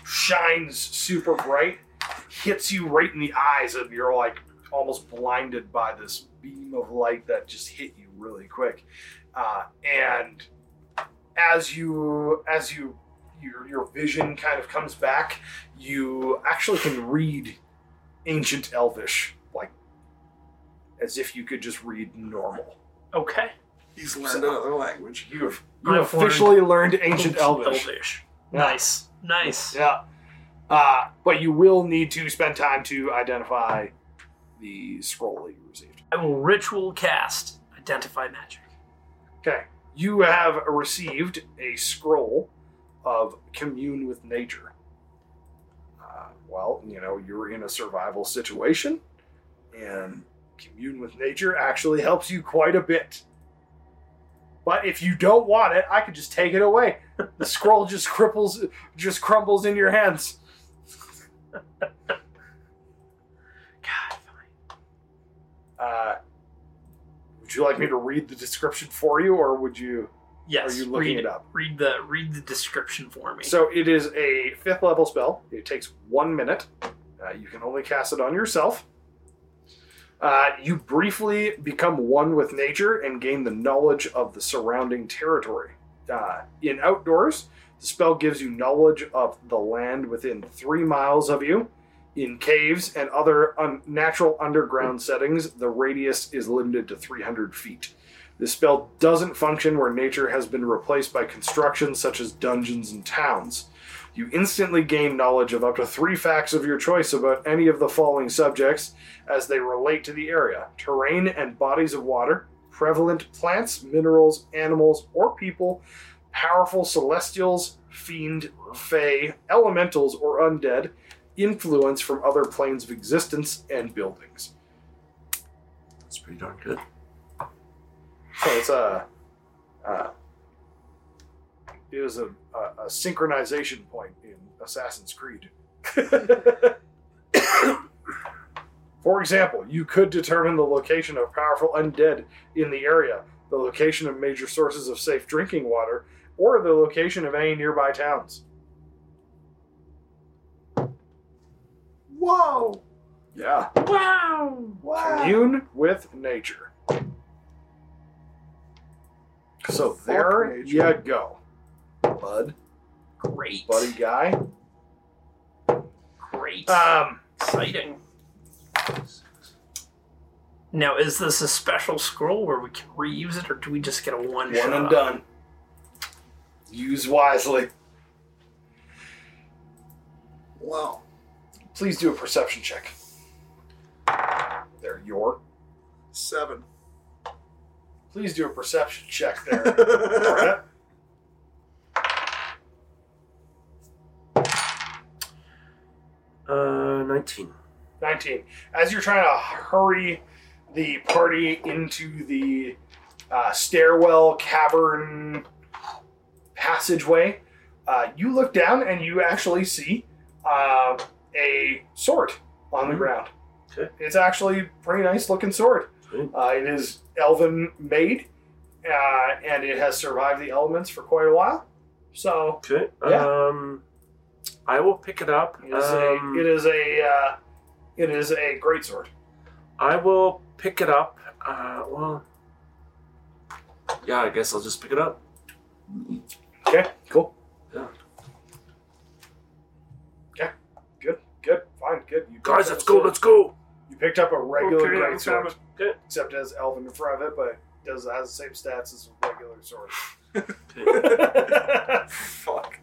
Speaker 1: shines super bright hits you right in the eyes and you're like almost blinded by this beam of light that just hit you really quick uh, and as you as you your, your vision kind of comes back you actually can read ancient elvish like as if you could just read normal
Speaker 3: Okay.
Speaker 7: He's learned another language.
Speaker 1: you have you
Speaker 3: I've
Speaker 1: officially learned ancient elvish
Speaker 3: Elvish.
Speaker 1: Yeah.
Speaker 3: Nice. Nice.
Speaker 1: Yeah. Uh, but you will need to spend time to identify the scroll that you received.
Speaker 3: I will ritual cast identify magic.
Speaker 1: Okay. You have received a scroll of commune with nature. Uh, well, you know, you're in a survival situation, and commune with nature actually helps you quite a bit. But if you don't want it, I could just take it away. The scroll just cripples, just crumbles in your hands.
Speaker 3: God, fine.
Speaker 1: Uh, would you like me to read the description for you, or would you?
Speaker 3: Yes.
Speaker 1: are you looking
Speaker 3: read
Speaker 1: it up?
Speaker 3: Read the read the description for me.
Speaker 1: So it is a fifth level spell. It takes one minute. Uh, you can only cast it on yourself. Uh, you briefly become one with nature and gain the knowledge of the surrounding territory. Uh, in outdoors, the spell gives you knowledge of the land within three miles of you. In caves and other un- natural underground settings, the radius is limited to 300 feet. This spell doesn't function where nature has been replaced by construction such as dungeons and towns. You instantly gain knowledge of up to three facts of your choice about any of the following subjects as they relate to the area terrain and bodies of water, prevalent plants, minerals, animals, or people, powerful celestials, fiend, fey, elementals, or undead, influence from other planes of existence and buildings.
Speaker 4: That's pretty darn good.
Speaker 1: So it's a, uh, it was a, a, a synchronization point in Assassin's Creed. *coughs* For example, you could determine the location of powerful undead in the area, the location of major sources of safe drinking water, or the location of any nearby towns.
Speaker 7: Whoa!
Speaker 1: Yeah.
Speaker 3: wow.
Speaker 7: Wow!
Speaker 1: Commune with nature. So
Speaker 7: Fuck
Speaker 1: there
Speaker 7: nature.
Speaker 1: you go, bud.
Speaker 3: Great.
Speaker 1: buddy guy.
Speaker 3: Great.
Speaker 1: Um,
Speaker 3: Exciting. Now, is this a special scroll where we can reuse it, or do we just get a one?
Speaker 1: one and done. Use wisely.
Speaker 7: Wow.
Speaker 1: Please do a perception check. There, your. *laughs*
Speaker 7: Seven.
Speaker 1: Please do a perception check
Speaker 2: *laughs*
Speaker 1: there.
Speaker 7: Alright.
Speaker 1: Brett.
Speaker 4: Uh, 19.
Speaker 1: 19. As you're trying to hurry the party into the uh, stairwell cavern passageway, uh, you look down and you actually see uh, a sword on the ground.
Speaker 4: Hmm. Okay.
Speaker 1: It's actually a pretty nice looking sword.
Speaker 4: Sweet.
Speaker 1: Uh, it is elven made, uh, and it has survived the elements for quite a while. So
Speaker 4: Okay.
Speaker 1: Yeah.
Speaker 4: Um, I will pick it up.
Speaker 1: it is
Speaker 4: Um,
Speaker 1: a it is a uh, it is a great sword.
Speaker 4: I will pick it up. Uh, well, yeah, I guess I'll just pick it up.
Speaker 1: Okay, cool.
Speaker 4: Yeah.
Speaker 1: Yeah, good, good, fine, good. You picked
Speaker 4: Guys, let's
Speaker 1: up
Speaker 4: go,
Speaker 1: a-
Speaker 4: let's go.
Speaker 1: You picked up a regular
Speaker 4: Okay,
Speaker 1: great
Speaker 4: I'm
Speaker 1: sword,
Speaker 4: Good.
Speaker 1: except it has elven in front of it, but it does has the same stats as a regular sword.
Speaker 7: Fuck.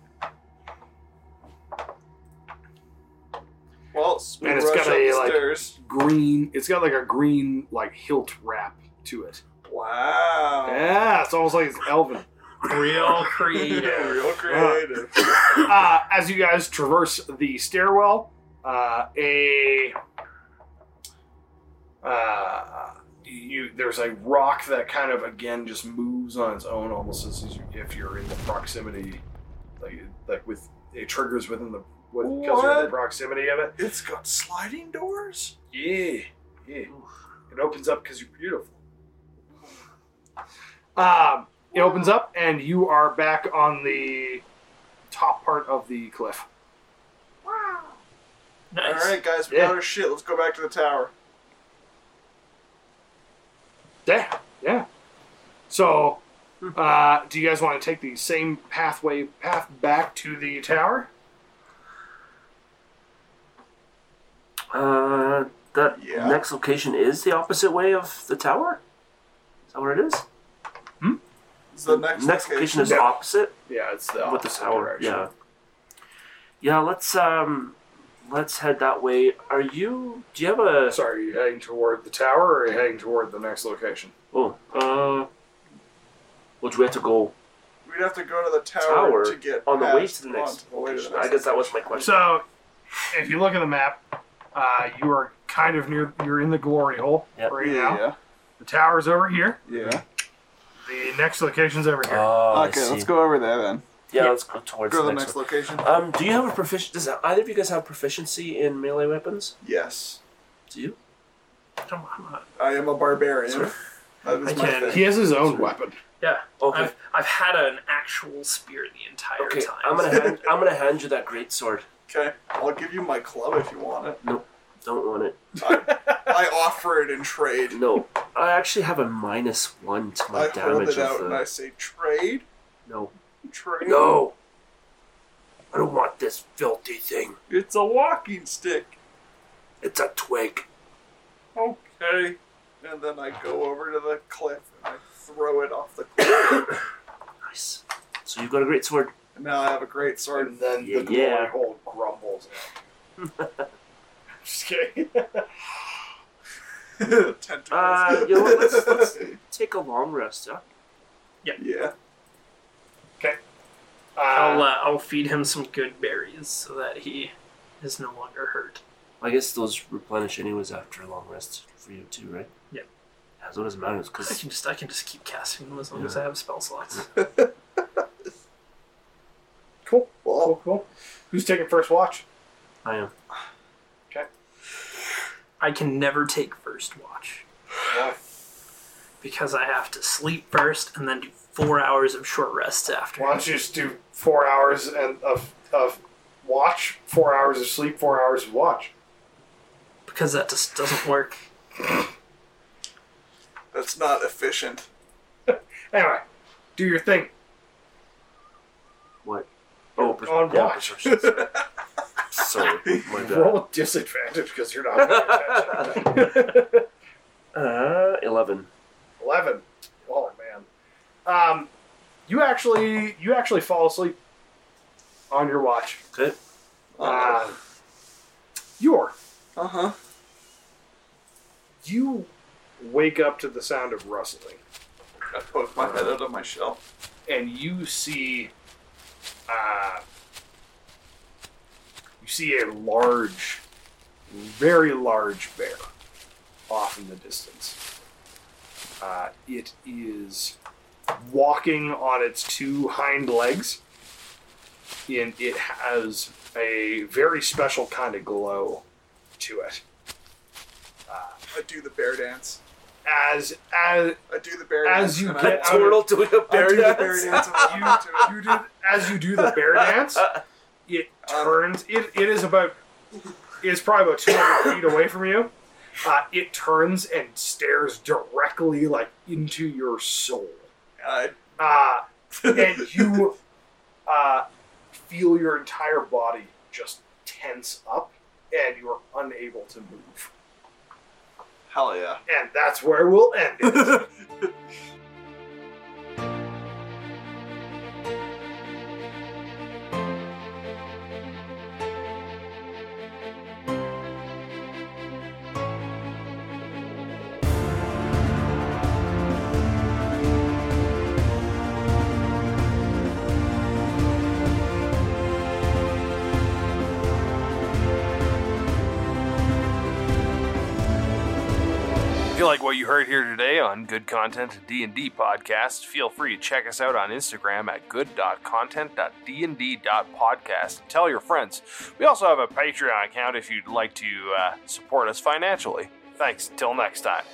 Speaker 2: else. We
Speaker 1: And it's
Speaker 2: rush
Speaker 1: got
Speaker 2: up
Speaker 1: a,
Speaker 2: the
Speaker 1: like-
Speaker 2: stairs.
Speaker 1: *laughs* green. It's got like a green like hilt wrap to it.
Speaker 2: Wow.
Speaker 1: Yeah, it's almost like it's elven. *laughs*
Speaker 3: Real creative.
Speaker 2: *laughs* Real creative.
Speaker 1: Uh, as you guys traverse the stairwell, uh, a uh, you there's a rock that kind of again just moves on its own, almost as if you're in the proximity, like like with it triggers within the what because you're in the
Speaker 2: What?
Speaker 1: proximity of it.
Speaker 2: it's got sliding doors.
Speaker 1: Yeah, yeah. It opens up because you're beautiful. Um, it opens up, and you are back on the top part of the cliff.
Speaker 2: All
Speaker 3: Nice.
Speaker 2: right, guys, we
Speaker 1: Yeah.
Speaker 2: got our shit. Let's go back to the tower.
Speaker 1: Yeah, yeah. So, uh, do you guys want to take the same pathway path back to the tower?
Speaker 4: Uh, that
Speaker 2: Yeah.
Speaker 4: next location is the opposite way of the tower. Is that what it is?
Speaker 2: It's the next,
Speaker 4: next location is
Speaker 1: Yeah.
Speaker 4: opposite
Speaker 1: Yeah, it's the
Speaker 4: with the
Speaker 1: opposite
Speaker 4: tower. Yeah. Yeah. Let's um, let's head that way. Are you? Do you have a?
Speaker 1: Uh, Sorry, are you heading toward the tower or are you heading toward the next location?
Speaker 4: Oh, uh, which we have to go
Speaker 2: We'd have to go to the tower,
Speaker 4: tower
Speaker 2: to get
Speaker 4: on the way
Speaker 2: past-
Speaker 4: to the next
Speaker 2: on the way to the
Speaker 4: location.
Speaker 2: next
Speaker 4: I guess that was my question.
Speaker 1: So, if you look at the map, uh, you are kind of near. You're in the glory hole
Speaker 4: Yep.
Speaker 1: right now.
Speaker 2: Yeah,
Speaker 1: The tower's over here.
Speaker 2: yeah.
Speaker 1: The next location's over here.
Speaker 4: Oh,
Speaker 2: okay, let's go over there then.
Speaker 4: Yeah, let's go towards
Speaker 2: Go to
Speaker 4: the
Speaker 2: the
Speaker 4: next,
Speaker 2: next location.
Speaker 4: one. Um, do you have a proficiency? Does either of you guys have proficiency in melee weapons?
Speaker 2: Yes,
Speaker 4: Do you?
Speaker 3: Come on.
Speaker 2: I am a barbarian. That
Speaker 3: I
Speaker 2: is my
Speaker 3: can-
Speaker 2: thing.
Speaker 1: he has his own weapon.
Speaker 3: Yeah.
Speaker 4: Okay.
Speaker 3: I've, I've had an actual spear the entire
Speaker 4: Okay,
Speaker 3: time.
Speaker 4: I'm gonna
Speaker 2: *laughs*
Speaker 4: hand, I'm gonna hand you that great sword.
Speaker 2: Okay, I'll give you my club if you want it.
Speaker 4: Don't want it.
Speaker 2: I offer it in trade.
Speaker 4: No, I actually have a minus one to my
Speaker 2: I hold
Speaker 4: damage
Speaker 2: it out
Speaker 4: of
Speaker 2: and
Speaker 4: the.
Speaker 2: I say, "Trade,
Speaker 4: No,
Speaker 2: trade."
Speaker 4: no, I don't want this filthy thing.
Speaker 2: it's a walking stick.
Speaker 4: It's a twig.
Speaker 2: Okay. And then I go over to the cliff and I throw it off the cliff.
Speaker 4: Nice. So you've got a great sword.
Speaker 2: and now I have a great sword.
Speaker 1: And then
Speaker 4: Yeah,
Speaker 1: the glory
Speaker 4: yeah.
Speaker 1: hole grumbles. *laughs* Just kidding.
Speaker 2: *laughs* Tentacles.
Speaker 4: Uh, you know what, let's- let's- Take a long rest. Yeah.
Speaker 2: yeah.
Speaker 3: I'll,
Speaker 1: Uh,
Speaker 3: uh, I'll feed him some good berries so that he is no longer hurt.
Speaker 4: I guess those replenish anyways after a long rest for you too, right?
Speaker 3: Yeah.
Speaker 4: Yeah, so it doesn't matter
Speaker 3: I
Speaker 4: *laughs* because
Speaker 3: can just I can just keep casting them as long as I have spell slots.
Speaker 1: cool. Cool. Cool. Who's taking first watch?
Speaker 4: I am.
Speaker 3: I can never take first watch
Speaker 1: Why?
Speaker 3: because I have to sleep first and then do four hours of short rests after.
Speaker 1: Why don't you just do four hours and of of watch, four hours of sleep, four hours of watch?
Speaker 3: Because that just doesn't work.
Speaker 2: That's not efficient.
Speaker 1: Anyway, do your thing.
Speaker 4: What? Oh, per-
Speaker 1: On
Speaker 4: yeah,
Speaker 1: watch.
Speaker 4: perception.
Speaker 2: *laughs*
Speaker 4: Sorry, my bad.
Speaker 1: Roll with disadvantage because you're not paying attention. *laughs*
Speaker 4: Uh, eleven.
Speaker 1: Eleven. Oh man. Um, you actually you actually fall asleep on your watch.
Speaker 4: Okay.
Speaker 2: Oh.
Speaker 4: Ah.
Speaker 1: Uh, your
Speaker 2: Uh huh.
Speaker 1: you wake up to the sound of rustling.
Speaker 2: I poke my head out of my shell.
Speaker 1: and you see uh, you see a large very large bear off in the distance uh, it is walking on its two hind legs and it has a very special kind of glow to it
Speaker 2: I do the bear dance.
Speaker 1: as as
Speaker 2: I do the bear dance.
Speaker 1: As you
Speaker 2: and
Speaker 1: get
Speaker 2: I,
Speaker 1: out of-
Speaker 4: Turtle doing a
Speaker 2: I
Speaker 4: bear
Speaker 2: do the bear
Speaker 4: dance.
Speaker 2: dance. and walk to
Speaker 1: *laughs*
Speaker 2: it.
Speaker 1: you do as you do the bear dance, it
Speaker 2: Um,
Speaker 1: turns. It, it is about it's probably about two hundred feet away from you. Uh, it turns and stares directly like into your soul,
Speaker 2: I- *laughs*
Speaker 1: uh, and you uh, feel your entire body just tense up, and you are unable to move.
Speaker 2: hell yeah.
Speaker 1: And that's where we'll end it.
Speaker 2: *laughs*
Speaker 4: *laughs*
Speaker 5: you like what you heard here today on Good Content D&D Podcast, feel free to check us out on Instagram at good.content.dnd.podcast and tell your friends. We also have a Patreon account if you'd like to uh, support us financially. Thanks. Until next time.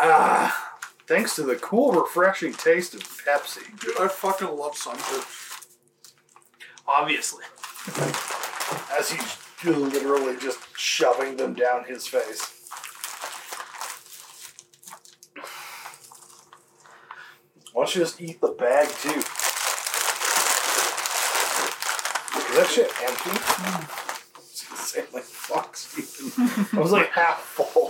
Speaker 1: Ah, thanks to the cool, refreshing taste of Pepsi.
Speaker 7: Dude, I fucking love Sunburst.
Speaker 3: Obviously.
Speaker 1: As he's literally just shoving them down his face. Why don't you just eat the bag too? Is that shit *laughs* empty? It's the same like Fox. I was like half full.